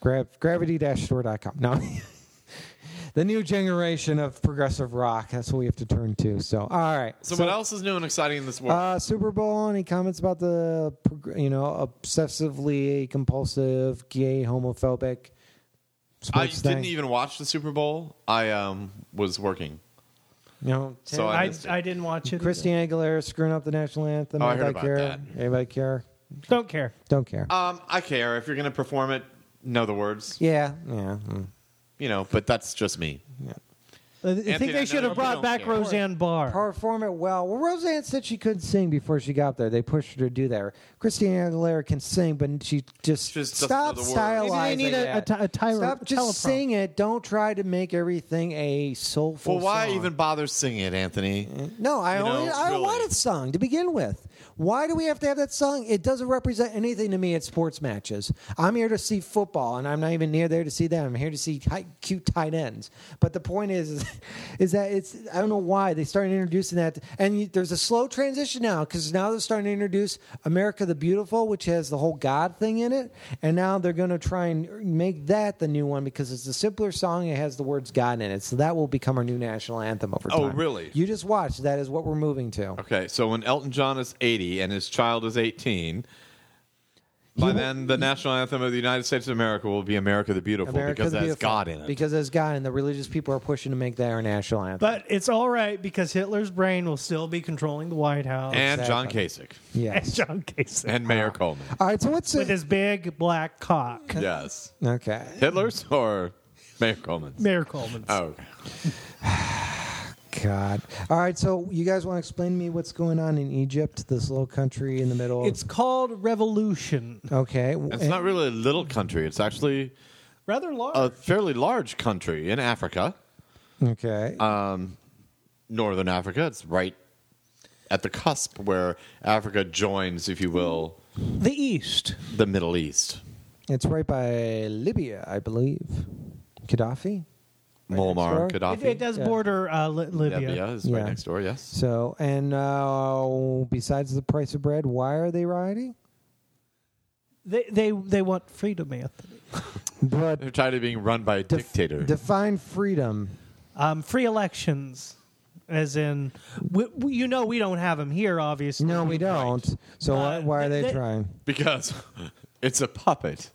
Speaker 1: Gra- Gravity-store.com. No. The new generation of progressive rock. That's what we have to turn to. So, all right.
Speaker 2: So, what else is new and exciting in this world?
Speaker 1: Uh, Super Bowl. Any comments about the prog- you know obsessively compulsive, gay, homophobic?
Speaker 2: I
Speaker 1: Sports
Speaker 2: didn't
Speaker 1: thing?
Speaker 2: even watch the Super Bowl. I um, was working.
Speaker 1: You know, Tim,
Speaker 2: So I
Speaker 3: I,
Speaker 2: missed it.
Speaker 3: I didn't watch it.
Speaker 1: Christine Aguilera screwing up the national anthem.
Speaker 2: Oh, I heard
Speaker 1: Anybody
Speaker 2: about
Speaker 1: care?
Speaker 2: that. Oh.
Speaker 1: Anybody care?
Speaker 3: either. Don't care.
Speaker 1: Don't care.
Speaker 2: Um, I care if you're going to perform it. Know the words.
Speaker 1: yeah, yeah. mm.
Speaker 2: you know, but that's just me.
Speaker 3: I think
Speaker 2: Anthony,
Speaker 3: they
Speaker 2: I know
Speaker 3: should have
Speaker 2: you
Speaker 3: brought
Speaker 2: don't
Speaker 3: back
Speaker 2: care.
Speaker 3: Roseanne Barr.
Speaker 1: perform it well. Well, Roseanne said she couldn't sing before she got there. They pushed her to do that. Christina Aguilera can sing, but she just,
Speaker 2: She just doesn't
Speaker 1: stop
Speaker 2: know the words.
Speaker 1: stylizing
Speaker 3: Maybe they need
Speaker 1: it.
Speaker 3: a- a ti- a tyro-
Speaker 1: stop
Speaker 3: a
Speaker 1: just
Speaker 3: teleprompter.
Speaker 1: sing it. Don't try to make everything a soulful.
Speaker 2: Well, why
Speaker 1: song.
Speaker 2: even bother singing it, Anthony?
Speaker 1: No, I
Speaker 2: You know,
Speaker 1: only I
Speaker 2: really.
Speaker 1: want it sung to begin with. Why do we have to have that song? It doesn't represent anything to me at sports matches. I'm here to see football, and I'm not even near there to see them. I'm here to see tight, cute tight ends. But the point is, is, is that it's I don't know why they started introducing that, and you, there's a slow transition now because now they're starting to introduce America the Beautiful, which has the whole God thing in it, and now they're going to try and make that the new one because it's a simpler song. It has the words God in it, so that will become our new national anthem over
Speaker 2: Oh,
Speaker 1: time.
Speaker 2: really?
Speaker 1: You just watched. That is what we're moving to.
Speaker 2: Okay, so when Elton John is 80 and his child is 18, by then the national anthem of the United States of America will be America the Beautiful because
Speaker 1: the
Speaker 2: it has
Speaker 1: Beautiful.
Speaker 2: God in it.
Speaker 1: Because there's God, and the religious people are pushing to make that our national anthem.
Speaker 3: But it's all right because Hitler's brain will still be controlling the White House.
Speaker 2: and John
Speaker 1: Exactly.
Speaker 2: Kasich
Speaker 3: And
Speaker 1: yes.
Speaker 3: John Kasich.
Speaker 2: and Mayor Coleman.
Speaker 1: All right. So what's
Speaker 3: with
Speaker 1: it?
Speaker 3: his big black cock.
Speaker 2: Yes.
Speaker 1: Okay.
Speaker 2: Hitler's or Mayor Coleman's?
Speaker 3: Mayor Coleman's.
Speaker 2: Oh, okay.
Speaker 1: God. All right. So you guys want to explain to me what's going on in Egypt, this little country in the middle? of-
Speaker 3: It's called Revolution.
Speaker 1: okay.
Speaker 2: It's not really a little country. It's actually
Speaker 3: Rather large.
Speaker 2: a fairly large country in Africa,
Speaker 1: eh, Okay.
Speaker 3: Uh,
Speaker 2: northern Africa. It's right at the cusp where Africa joins, if you will,
Speaker 3: the East.
Speaker 2: the Middle East.
Speaker 1: it's right by Libya, I believe. Gaddafi.
Speaker 2: Muammar
Speaker 1: next door?
Speaker 2: Gaddafi.
Speaker 3: It, it does
Speaker 1: Yeah.
Speaker 3: border uh, Li- Libya.
Speaker 2: Libya is
Speaker 1: Yeah.
Speaker 2: right next door, yes.
Speaker 1: So and uh, besides the price of bread, why are they rioting?
Speaker 3: They, they they want freedom, Anthony.
Speaker 1: But
Speaker 2: They're tired of being run by a
Speaker 1: def-
Speaker 2: dictator.
Speaker 1: define freedom.
Speaker 3: Um, free elections, as in, we, we, you know, we don't have them here, obviously.
Speaker 1: No, we don't. So why,
Speaker 3: Uh,
Speaker 1: why are they,
Speaker 3: they-
Speaker 1: trying?
Speaker 2: because it's a puppet.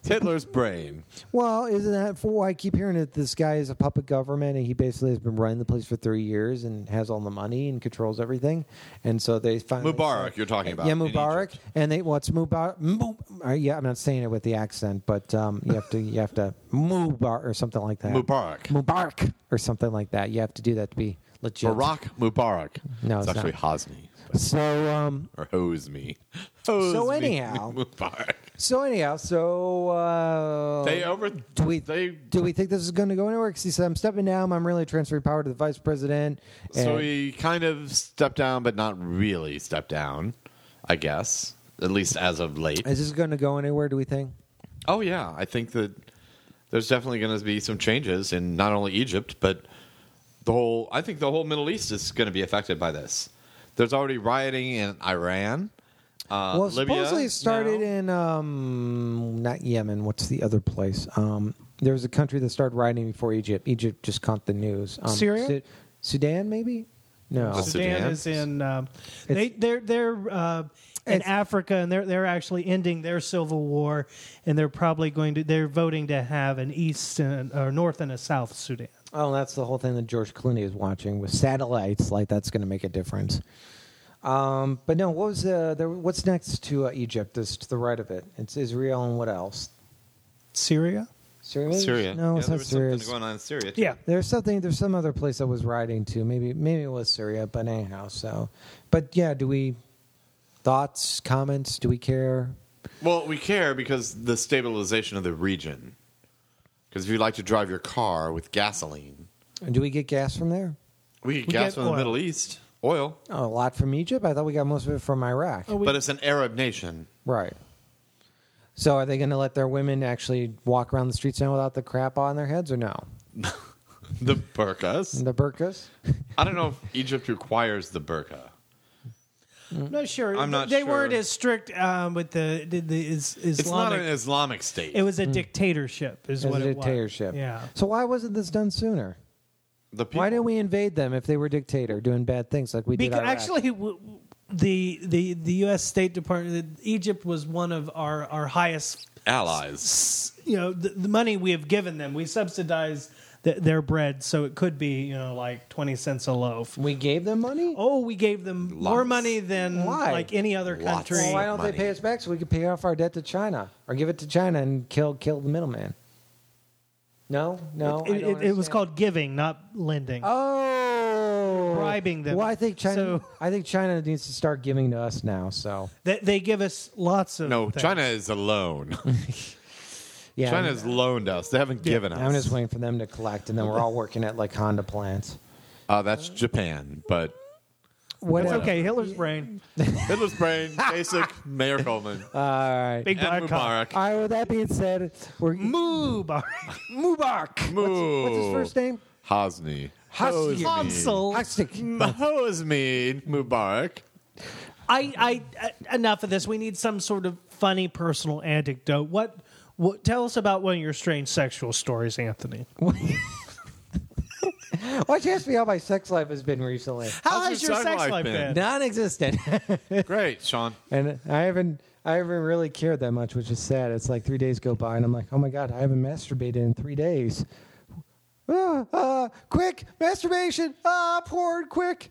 Speaker 2: It's Hitler's brain.
Speaker 1: Well, isn't that for I keep hearing that this guy is a puppet government and he basically has been running the place for three years and has all the money and controls everything. And so they finally
Speaker 2: Mubarak, you're talking about.
Speaker 1: Yeah,
Speaker 2: in
Speaker 1: Mubarak,
Speaker 2: Egypt.
Speaker 1: and they what's Mubarak? Mu- uh, yeah, I'm not saying it with the accent, but um, you have to you have to Mubarak or something like that.
Speaker 2: Mubarak.
Speaker 1: Mubarak or something like that. You have to do that to be legit.
Speaker 2: Barack Mubarak.
Speaker 1: No,
Speaker 2: it's,
Speaker 1: it's
Speaker 2: actually Hosni. but-
Speaker 1: So um,
Speaker 2: Or Hosni. Hosni
Speaker 1: anyhow-
Speaker 2: Mubarak.
Speaker 1: so anyhow, so uh,
Speaker 2: They over.
Speaker 1: Do we
Speaker 2: They.
Speaker 1: do we think this is going to go anywhere? Because he said, "I'm stepping down. I'm really transferring power to the vice president."
Speaker 2: So
Speaker 1: And-
Speaker 2: he kind of stepped down, but not really stepped down, I guess. At least as of late.
Speaker 1: is this going to go anywhere? Do we think?
Speaker 2: Oh yeah, I think that there's definitely going to be some changes in not only Egypt but the whole. I think the whole Middle East is going to be affected by this. There's already rioting in Iran. Uh,
Speaker 1: well,
Speaker 2: Libya
Speaker 1: supposedly it started
Speaker 2: now.
Speaker 1: in um, not Yemen. What's the other place? Um, there was a country that started rioting before Egypt. Egypt just caught the news. Um,
Speaker 3: Syria?
Speaker 1: Su- Sudan, maybe. No,
Speaker 2: That's-
Speaker 3: Sudan,
Speaker 2: Sudan.
Speaker 3: is in. Um, they
Speaker 1: It's-
Speaker 3: they're they're uh, in
Speaker 1: It's-
Speaker 3: Africa, and they're they're actually ending their civil war, and they're probably going to they're voting to have an east and, or north and a south Sudan.
Speaker 1: Oh, that's the whole thing that George Clooney is watching with satellites. Like that's going to make a difference. Um, but no, what was uh, there, what's next to uh, Egypt? Is to the right of it? It's Israel and what else?
Speaker 3: Syria.
Speaker 1: Syria?
Speaker 2: Syria.
Speaker 1: No,
Speaker 2: yeah,
Speaker 1: it's
Speaker 2: there
Speaker 1: not
Speaker 2: was
Speaker 1: Syria.
Speaker 2: something going on in Syria. Too.
Speaker 3: Yeah,
Speaker 1: There's something. There's some other place I was riding to. Maybe maybe it was Syria, but anyhow. So, but yeah, do we thoughts, comments? Do we care?
Speaker 2: Well, we care because the stabilization of the region. Because if you like to drive your car with gasoline,
Speaker 1: Do we get gas from there?
Speaker 2: we get
Speaker 3: We
Speaker 2: gas
Speaker 3: get
Speaker 2: from the
Speaker 3: oil.
Speaker 2: Middle East, oil,
Speaker 1: Oh, a lot from Egypt. I thought we got most of it from Iraq.
Speaker 3: Oh, we-
Speaker 2: but it's an Arab nation.
Speaker 1: Right. So, are they going to let their women actually walk around the streets now without the crap on their heads, or no?
Speaker 2: The burqas.
Speaker 1: The burqas.
Speaker 2: I don't know if Egypt requires the burqa.
Speaker 3: I'm
Speaker 1: Mm.
Speaker 3: not sure.
Speaker 2: I'm not
Speaker 3: they
Speaker 2: sure.
Speaker 3: weren't as strict um, with the, the, the is,
Speaker 2: It's
Speaker 3: Islamic.
Speaker 2: not an Islamic state.
Speaker 3: it was a dictatorship, is
Speaker 1: Mm. It was
Speaker 3: what
Speaker 1: a
Speaker 3: it was.
Speaker 1: dictatorship.
Speaker 3: Yeah.
Speaker 1: So, why wasn't this done sooner?
Speaker 2: The
Speaker 1: Why
Speaker 2: people.
Speaker 1: didn't we invade them if they were dictator doing bad things like we did?
Speaker 3: Because
Speaker 1: Iraq?
Speaker 3: actually, w- w- the the the U.S. State Department, Egypt was one of our our highest.
Speaker 2: allies.
Speaker 3: s- You know, the, the money we have given them, we subsidize th- their bread, so it could be you know like twenty cents a loaf.
Speaker 1: we gave them money.
Speaker 3: Oh, we gave them more
Speaker 2: Lots.
Speaker 3: money than
Speaker 1: Why?
Speaker 3: like any other
Speaker 2: Lots.
Speaker 3: country.
Speaker 1: Well, why Oh, don't
Speaker 2: money.
Speaker 1: they pay us back so we can pay off our debt to China or give it to China and kill kill the middleman? No, no. I don't
Speaker 3: It, it, it was
Speaker 1: understand.
Speaker 3: called giving, not lending.
Speaker 1: Oh,
Speaker 3: bribing them.
Speaker 1: Well, I think China.
Speaker 3: So-
Speaker 1: I think China needs to start giving to us now. So
Speaker 3: They, they give us lots of.
Speaker 2: No,
Speaker 3: things.
Speaker 2: China is alone.
Speaker 1: yeah,
Speaker 2: China's loaned us. They haven't given us.
Speaker 1: I'm, I'm just waiting for them to collect, and then we're all working at like Honda plants.
Speaker 2: Uh, that's Japan, but
Speaker 1: What?
Speaker 3: It's okay. Hitler's brain.
Speaker 2: Hitler's brain, basic Mayor Coleman,
Speaker 1: All right.
Speaker 3: Big black
Speaker 2: and
Speaker 3: cock.
Speaker 2: Mubarak.
Speaker 1: All right. With that being said, we're
Speaker 3: Mubarak.
Speaker 1: Mubarak.
Speaker 2: Moo.
Speaker 1: What's his first name?
Speaker 2: Hosni. Oh,
Speaker 1: Hosni.
Speaker 3: Consul.
Speaker 1: Hastik.
Speaker 2: Hosni Mubarak.
Speaker 3: I, I, uh, enough of this. We need some sort of funny personal anecdote. What, what? Tell us about one of your strange sexual stories, Anthony.
Speaker 1: Why'd you ask me how my sex life has been recently?
Speaker 3: How
Speaker 2: How's
Speaker 3: has
Speaker 2: your
Speaker 3: your
Speaker 2: sex life
Speaker 3: sex life,
Speaker 2: been?
Speaker 3: been?
Speaker 1: Non-existent.
Speaker 2: Great, Sean.
Speaker 1: and I haven't. I haven't really cared that much, which is sad. It's like three days go by, and I'm like, oh my god, I haven't masturbated in three days. Ah, ah, quick masturbation! Ah, porn, quick.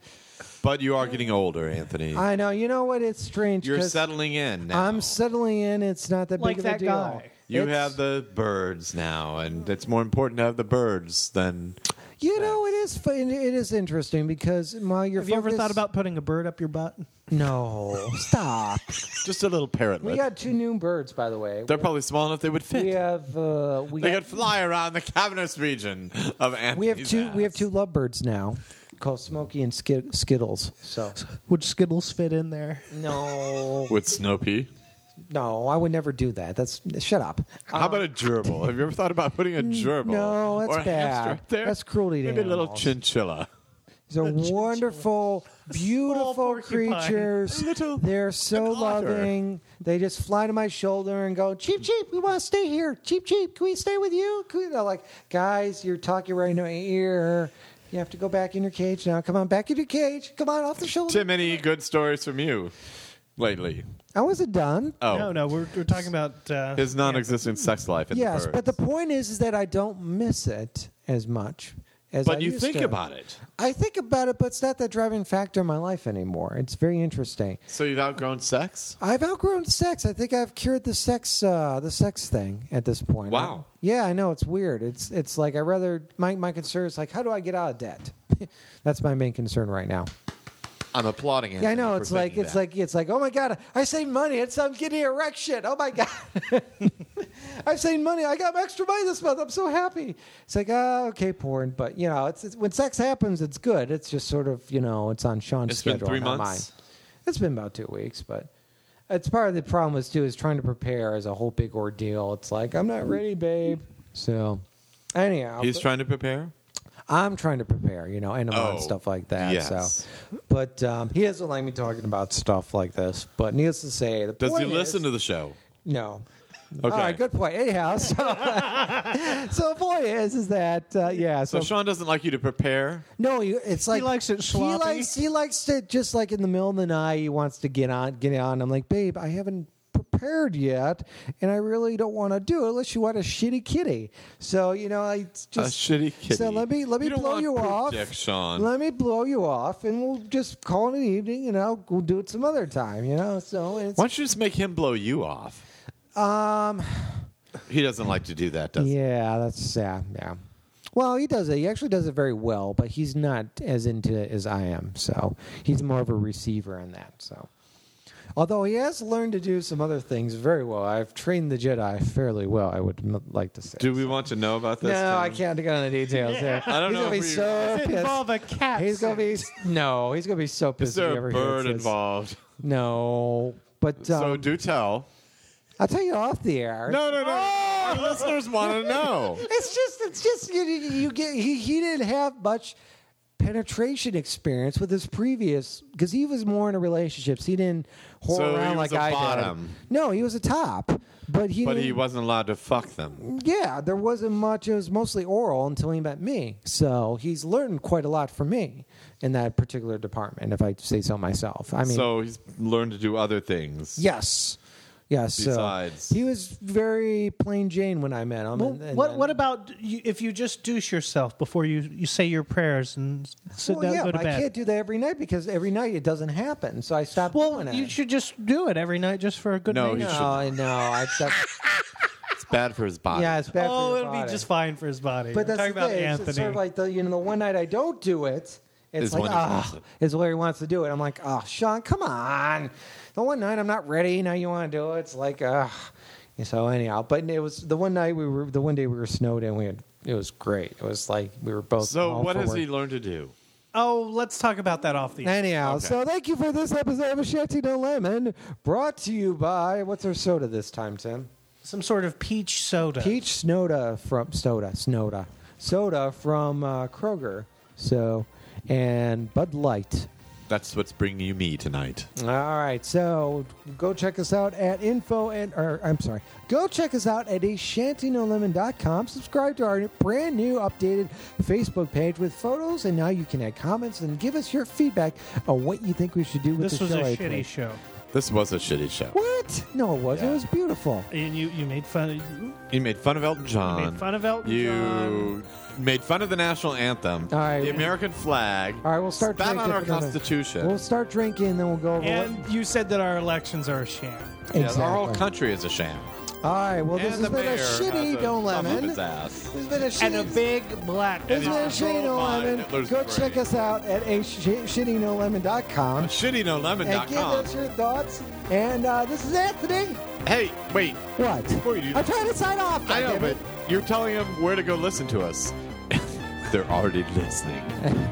Speaker 2: But you are getting older, Anthony.
Speaker 1: I know. You know what? It's strange.
Speaker 2: You're
Speaker 1: 'cause
Speaker 2: settling in now.
Speaker 1: I'm settling in. It's not that
Speaker 3: Like
Speaker 1: big of
Speaker 3: that
Speaker 1: a deal.
Speaker 3: guy.
Speaker 2: you
Speaker 1: It's-
Speaker 2: have the birds now, and it's more important to have the birds than.
Speaker 1: You know, it is. Fun. It is interesting because my. Your
Speaker 3: Have you ever
Speaker 1: focus-
Speaker 3: thought about putting a bird up your butt?
Speaker 1: No, stop.
Speaker 2: Just a little
Speaker 1: we
Speaker 2: parrotlet.
Speaker 1: got two new birds, by the way.
Speaker 2: They're probably small enough they would fit.
Speaker 1: we have. Uh, we
Speaker 2: They
Speaker 1: got-
Speaker 2: could fly around the cavernous region of Anthony's
Speaker 1: We have two. We have
Speaker 2: ass.
Speaker 1: two lovebirds now, called Smokey and Skid- Skittles. So
Speaker 3: Would Skittles fit in there?
Speaker 1: no,
Speaker 2: With Snow Pea.
Speaker 1: no, I would never do that. That's shut up.
Speaker 2: How about a gerbil? Have you ever thought about putting a gerbil?
Speaker 1: Uh, no, that's
Speaker 2: or a
Speaker 1: bad.
Speaker 2: hamster up there?
Speaker 1: That's cruelty to
Speaker 2: Maybe a little
Speaker 1: animals.
Speaker 2: chinchilla.
Speaker 1: These are wonderful, beautiful
Speaker 3: porcupine.
Speaker 1: creatures.
Speaker 2: A little-
Speaker 1: They're so
Speaker 2: an otter.
Speaker 1: loving. They just fly to my shoulder and go, cheep, cheep, we want to stay here. Cheep, cheep, can we stay with you? Can we-" They're like, guys, you're talking right in my ear. You have to go back in your cage now. Come on, back in your cage. Come on, off the shoulder.
Speaker 2: Tim, any good stories from you lately?
Speaker 1: I wasn't done.
Speaker 2: Oh,
Speaker 3: No, no. We're, we're talking about uh,
Speaker 2: his non-existent sex life. And
Speaker 1: Yes,
Speaker 2: the
Speaker 1: but
Speaker 2: birds.
Speaker 1: the point is, is that I don't miss it as much as. I
Speaker 2: But you
Speaker 1: used
Speaker 2: think
Speaker 1: to.
Speaker 2: about it,
Speaker 1: I think about it, but it's not that driving factor in my life anymore. It's very interesting.
Speaker 2: so you've outgrown sex.
Speaker 1: I've outgrown sex. I think I've cured the sex, uh, the sex thing at this point.
Speaker 2: Wow.
Speaker 1: yeah, I know it's weird. It's it's like I rather my my concern is like how do I get out of debt? That's my main concern right now.
Speaker 2: I'm applauding it.
Speaker 1: Yeah, I know. It's like it's like it's like oh my god, I saved money. It's I'm getting an erection. Oh my god, I saved money. I got extra money this month. I'm so happy. It's like ah, okay, porn, but you know, it's, it's when sex happens, it's good. It's just sort of you know, it's on Sean's
Speaker 2: It's been
Speaker 1: schedule,
Speaker 2: three
Speaker 1: not
Speaker 2: months?
Speaker 1: mine. It's been about two weeks, but. It's part of the problem is too is trying to prepare as a whole big ordeal. It's like I'm not ready, babe. So, anyhow,
Speaker 2: he's
Speaker 1: but-
Speaker 2: trying to prepare.
Speaker 1: I'm trying to prepare, you know, and
Speaker 2: Oh,
Speaker 1: stuff like that.
Speaker 2: yes.
Speaker 1: So, but um, he doesn't like me talking about stuff like this. But needless to say, the
Speaker 2: Does
Speaker 1: point
Speaker 2: he listen
Speaker 1: is-
Speaker 2: to the show?
Speaker 1: No.
Speaker 2: Okay.
Speaker 1: All right, good point. Anyhow, so, so the point is, is that uh, yeah.
Speaker 2: So
Speaker 1: So,
Speaker 2: Sean doesn't like you to prepare.
Speaker 1: no, you, it's like
Speaker 3: likes it
Speaker 1: He
Speaker 3: sloppy.
Speaker 1: likes he likes to just like in the middle of the night. He wants to get on, get on. I'm like, babe, I haven't prepared yet, and I really don't want to do it unless you want a shitty kitty. So you know, I just
Speaker 2: a shitty kitty.
Speaker 1: So let me let me
Speaker 2: You don't
Speaker 1: blow
Speaker 2: want
Speaker 1: you
Speaker 2: poop
Speaker 1: off.
Speaker 2: dick, Sean.
Speaker 1: Let me blow you off, and we'll just call it an evening, and I'll we'll do it some other time. You know, so it's
Speaker 2: Why don't you just make him blow you off?
Speaker 1: um
Speaker 2: He doesn't like to do that, does he?
Speaker 1: yeah, that's yeah yeah. Well, he does it. He actually does it very well, but he's not as into it as I am. So he's more of a receiver in that. So, although he has learned to do some other things very well, I've trained the Jedi fairly well. I would m- like to say.
Speaker 2: Do we want to know about this?
Speaker 1: no, I
Speaker 2: Tim?
Speaker 1: can't go into details here.
Speaker 2: I don't
Speaker 1: he's
Speaker 2: know
Speaker 1: gonna
Speaker 2: if
Speaker 1: be
Speaker 2: we-
Speaker 1: so
Speaker 3: Does it
Speaker 1: pissed.
Speaker 3: involve a cat.
Speaker 1: He's gonna be no. He's gonna be so pissed.
Speaker 2: Is there
Speaker 1: if he
Speaker 2: a
Speaker 1: ever hears
Speaker 2: bird
Speaker 1: this.
Speaker 2: involved?
Speaker 1: No, but um,
Speaker 2: so do tell.
Speaker 1: I'll tell you off the air.
Speaker 2: No, no, no. Our listeners want to know.
Speaker 1: it's just it's just you, you you get he he didn't have much penetration experience with his previous because he was more into relationships. He didn't whore
Speaker 2: So he
Speaker 1: around
Speaker 2: was
Speaker 1: like
Speaker 2: a
Speaker 1: I
Speaker 2: bottom.
Speaker 1: did. No, he was a top, but he
Speaker 2: But
Speaker 1: didn't-
Speaker 2: he wasn't allowed to fuck them.
Speaker 1: yeah, there wasn't much. It was mostly oral until he met me. So he's learned quite a lot from me in that particular department, if I say so myself. I mean,
Speaker 2: so he's learned to do other things.
Speaker 1: Yes. Yes. so
Speaker 2: Besides-
Speaker 1: he was very plain Jane when I met him.
Speaker 3: Well,
Speaker 1: and- and
Speaker 3: what
Speaker 1: then-
Speaker 3: what about you, if you just douche yourself before you, you say your prayers and sit
Speaker 1: Well,
Speaker 3: down
Speaker 1: yeah,
Speaker 3: and go to
Speaker 1: but I
Speaker 3: bed?
Speaker 1: can't do that every night because every night it doesn't happen. So I stopped doing
Speaker 3: Well,
Speaker 1: it.
Speaker 3: you should just do it every night just for a good
Speaker 2: No,
Speaker 3: reason.
Speaker 2: you
Speaker 1: no, I know. I, that's,
Speaker 2: bad for his body.
Speaker 1: Yeah, it's bad. for
Speaker 3: oh,
Speaker 1: your
Speaker 3: it'll
Speaker 1: body.
Speaker 3: be just fine for his body.
Speaker 1: But
Speaker 3: We're
Speaker 1: that's
Speaker 3: talking
Speaker 1: the
Speaker 3: about
Speaker 1: thing. It's-
Speaker 3: Anthony.
Speaker 1: It's sort of like the you know the one night I don't do it, it's
Speaker 2: Is
Speaker 1: like
Speaker 2: when he wants
Speaker 1: ah,
Speaker 2: it.
Speaker 1: is where he wants to do it. I'm like, oh, Sean, come on. The one night I'm not ready. Now you want to do it? It's like, ah. So anyhow, but it was the one night we were the one day we were snowed in. We had it was great. It was like we were both.
Speaker 2: So
Speaker 1: home
Speaker 2: what
Speaker 1: from
Speaker 2: has
Speaker 1: work.
Speaker 2: he learned to do?
Speaker 3: oh, let's talk about that off the air.
Speaker 1: Anyhow,
Speaker 2: Okay.
Speaker 1: so thank you for this episode of Shanty No Lemon, brought to you by what's our soda this time, Tim?
Speaker 3: some sort of peach soda.
Speaker 1: Peach Snoda from Soda, Snoda, Soda from uh, Kroger. So, and Bud Light.
Speaker 2: That's what's bringing you me tonight.
Speaker 1: All right, so go check us out at info and or I'm sorry, go check us out at ashantinolemon.com. Subscribe to our brand new updated Facebook page with photos, and now you can add comments and give us your feedback on what you think we should do with
Speaker 3: This
Speaker 1: the
Speaker 3: was
Speaker 1: show.
Speaker 3: a
Speaker 1: I
Speaker 3: shitty
Speaker 1: think.
Speaker 3: show,
Speaker 2: This was a shitty show.
Speaker 1: What? No, it was. not It
Speaker 2: Yeah.
Speaker 1: was beautiful.
Speaker 3: and you you made fun. You
Speaker 2: You made fun of Elton John.
Speaker 3: made fun of Elton
Speaker 2: You
Speaker 3: John.
Speaker 2: made fun of the national anthem,
Speaker 1: All right.
Speaker 2: the American flag.
Speaker 1: All right, we'll start
Speaker 2: Spat on
Speaker 1: drinking.
Speaker 2: our
Speaker 1: No, no.
Speaker 2: Constitution.
Speaker 1: We'll start drinking, then we'll go over.
Speaker 3: And
Speaker 1: what,
Speaker 3: you said that our elections are a sham.
Speaker 2: Yeah, Our whole
Speaker 1: Exactly.
Speaker 2: country is a sham.
Speaker 1: All right. Well, this
Speaker 2: and
Speaker 1: has
Speaker 2: the
Speaker 1: been a
Speaker 2: mayor has
Speaker 1: shitty
Speaker 2: a
Speaker 1: Don't
Speaker 2: thumb up
Speaker 1: Lemon.
Speaker 2: his ass.
Speaker 1: This has been a shitty.
Speaker 3: And a big black.
Speaker 1: this
Speaker 2: And
Speaker 1: has
Speaker 2: it's
Speaker 1: been a shitty No
Speaker 2: controlled by
Speaker 1: Lemon.
Speaker 2: Hitler's
Speaker 1: Go
Speaker 2: parade.
Speaker 1: check us out at a sh- shittynolemon.com and give
Speaker 2: ShittyNoLemon.com.
Speaker 1: us your thoughts. And uh, this is Anthony.
Speaker 2: Hey, wait.
Speaker 1: What?
Speaker 2: Before you do
Speaker 1: I'm trying to sign off.
Speaker 2: I know,
Speaker 1: goddammit.
Speaker 2: but you're telling them where to go listen to us. They're already listening,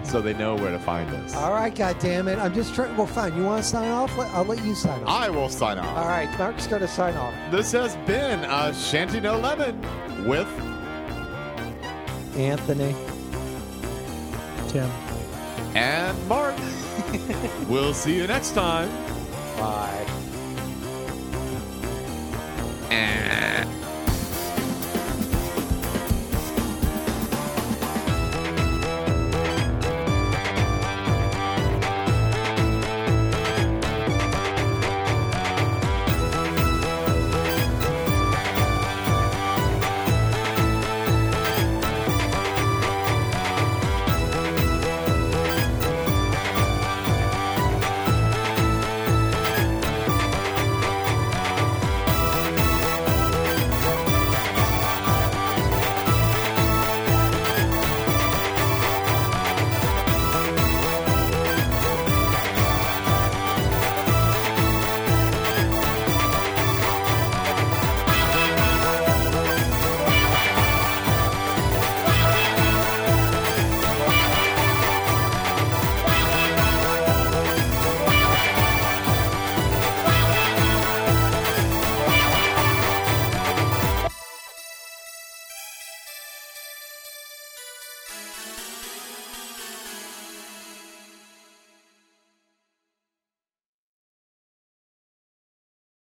Speaker 2: so they know where to find us.
Speaker 1: All right, God damn it. I'm just trying. Well, fine. You want to sign off? Let- I'll let you sign off.
Speaker 2: I will sign off.
Speaker 1: All right. Mark's going to sign off.
Speaker 2: This has been a Shanty No Lemon with
Speaker 1: Anthony.
Speaker 3: Tim.
Speaker 2: and Mark. we'll see you next time.
Speaker 1: Bye.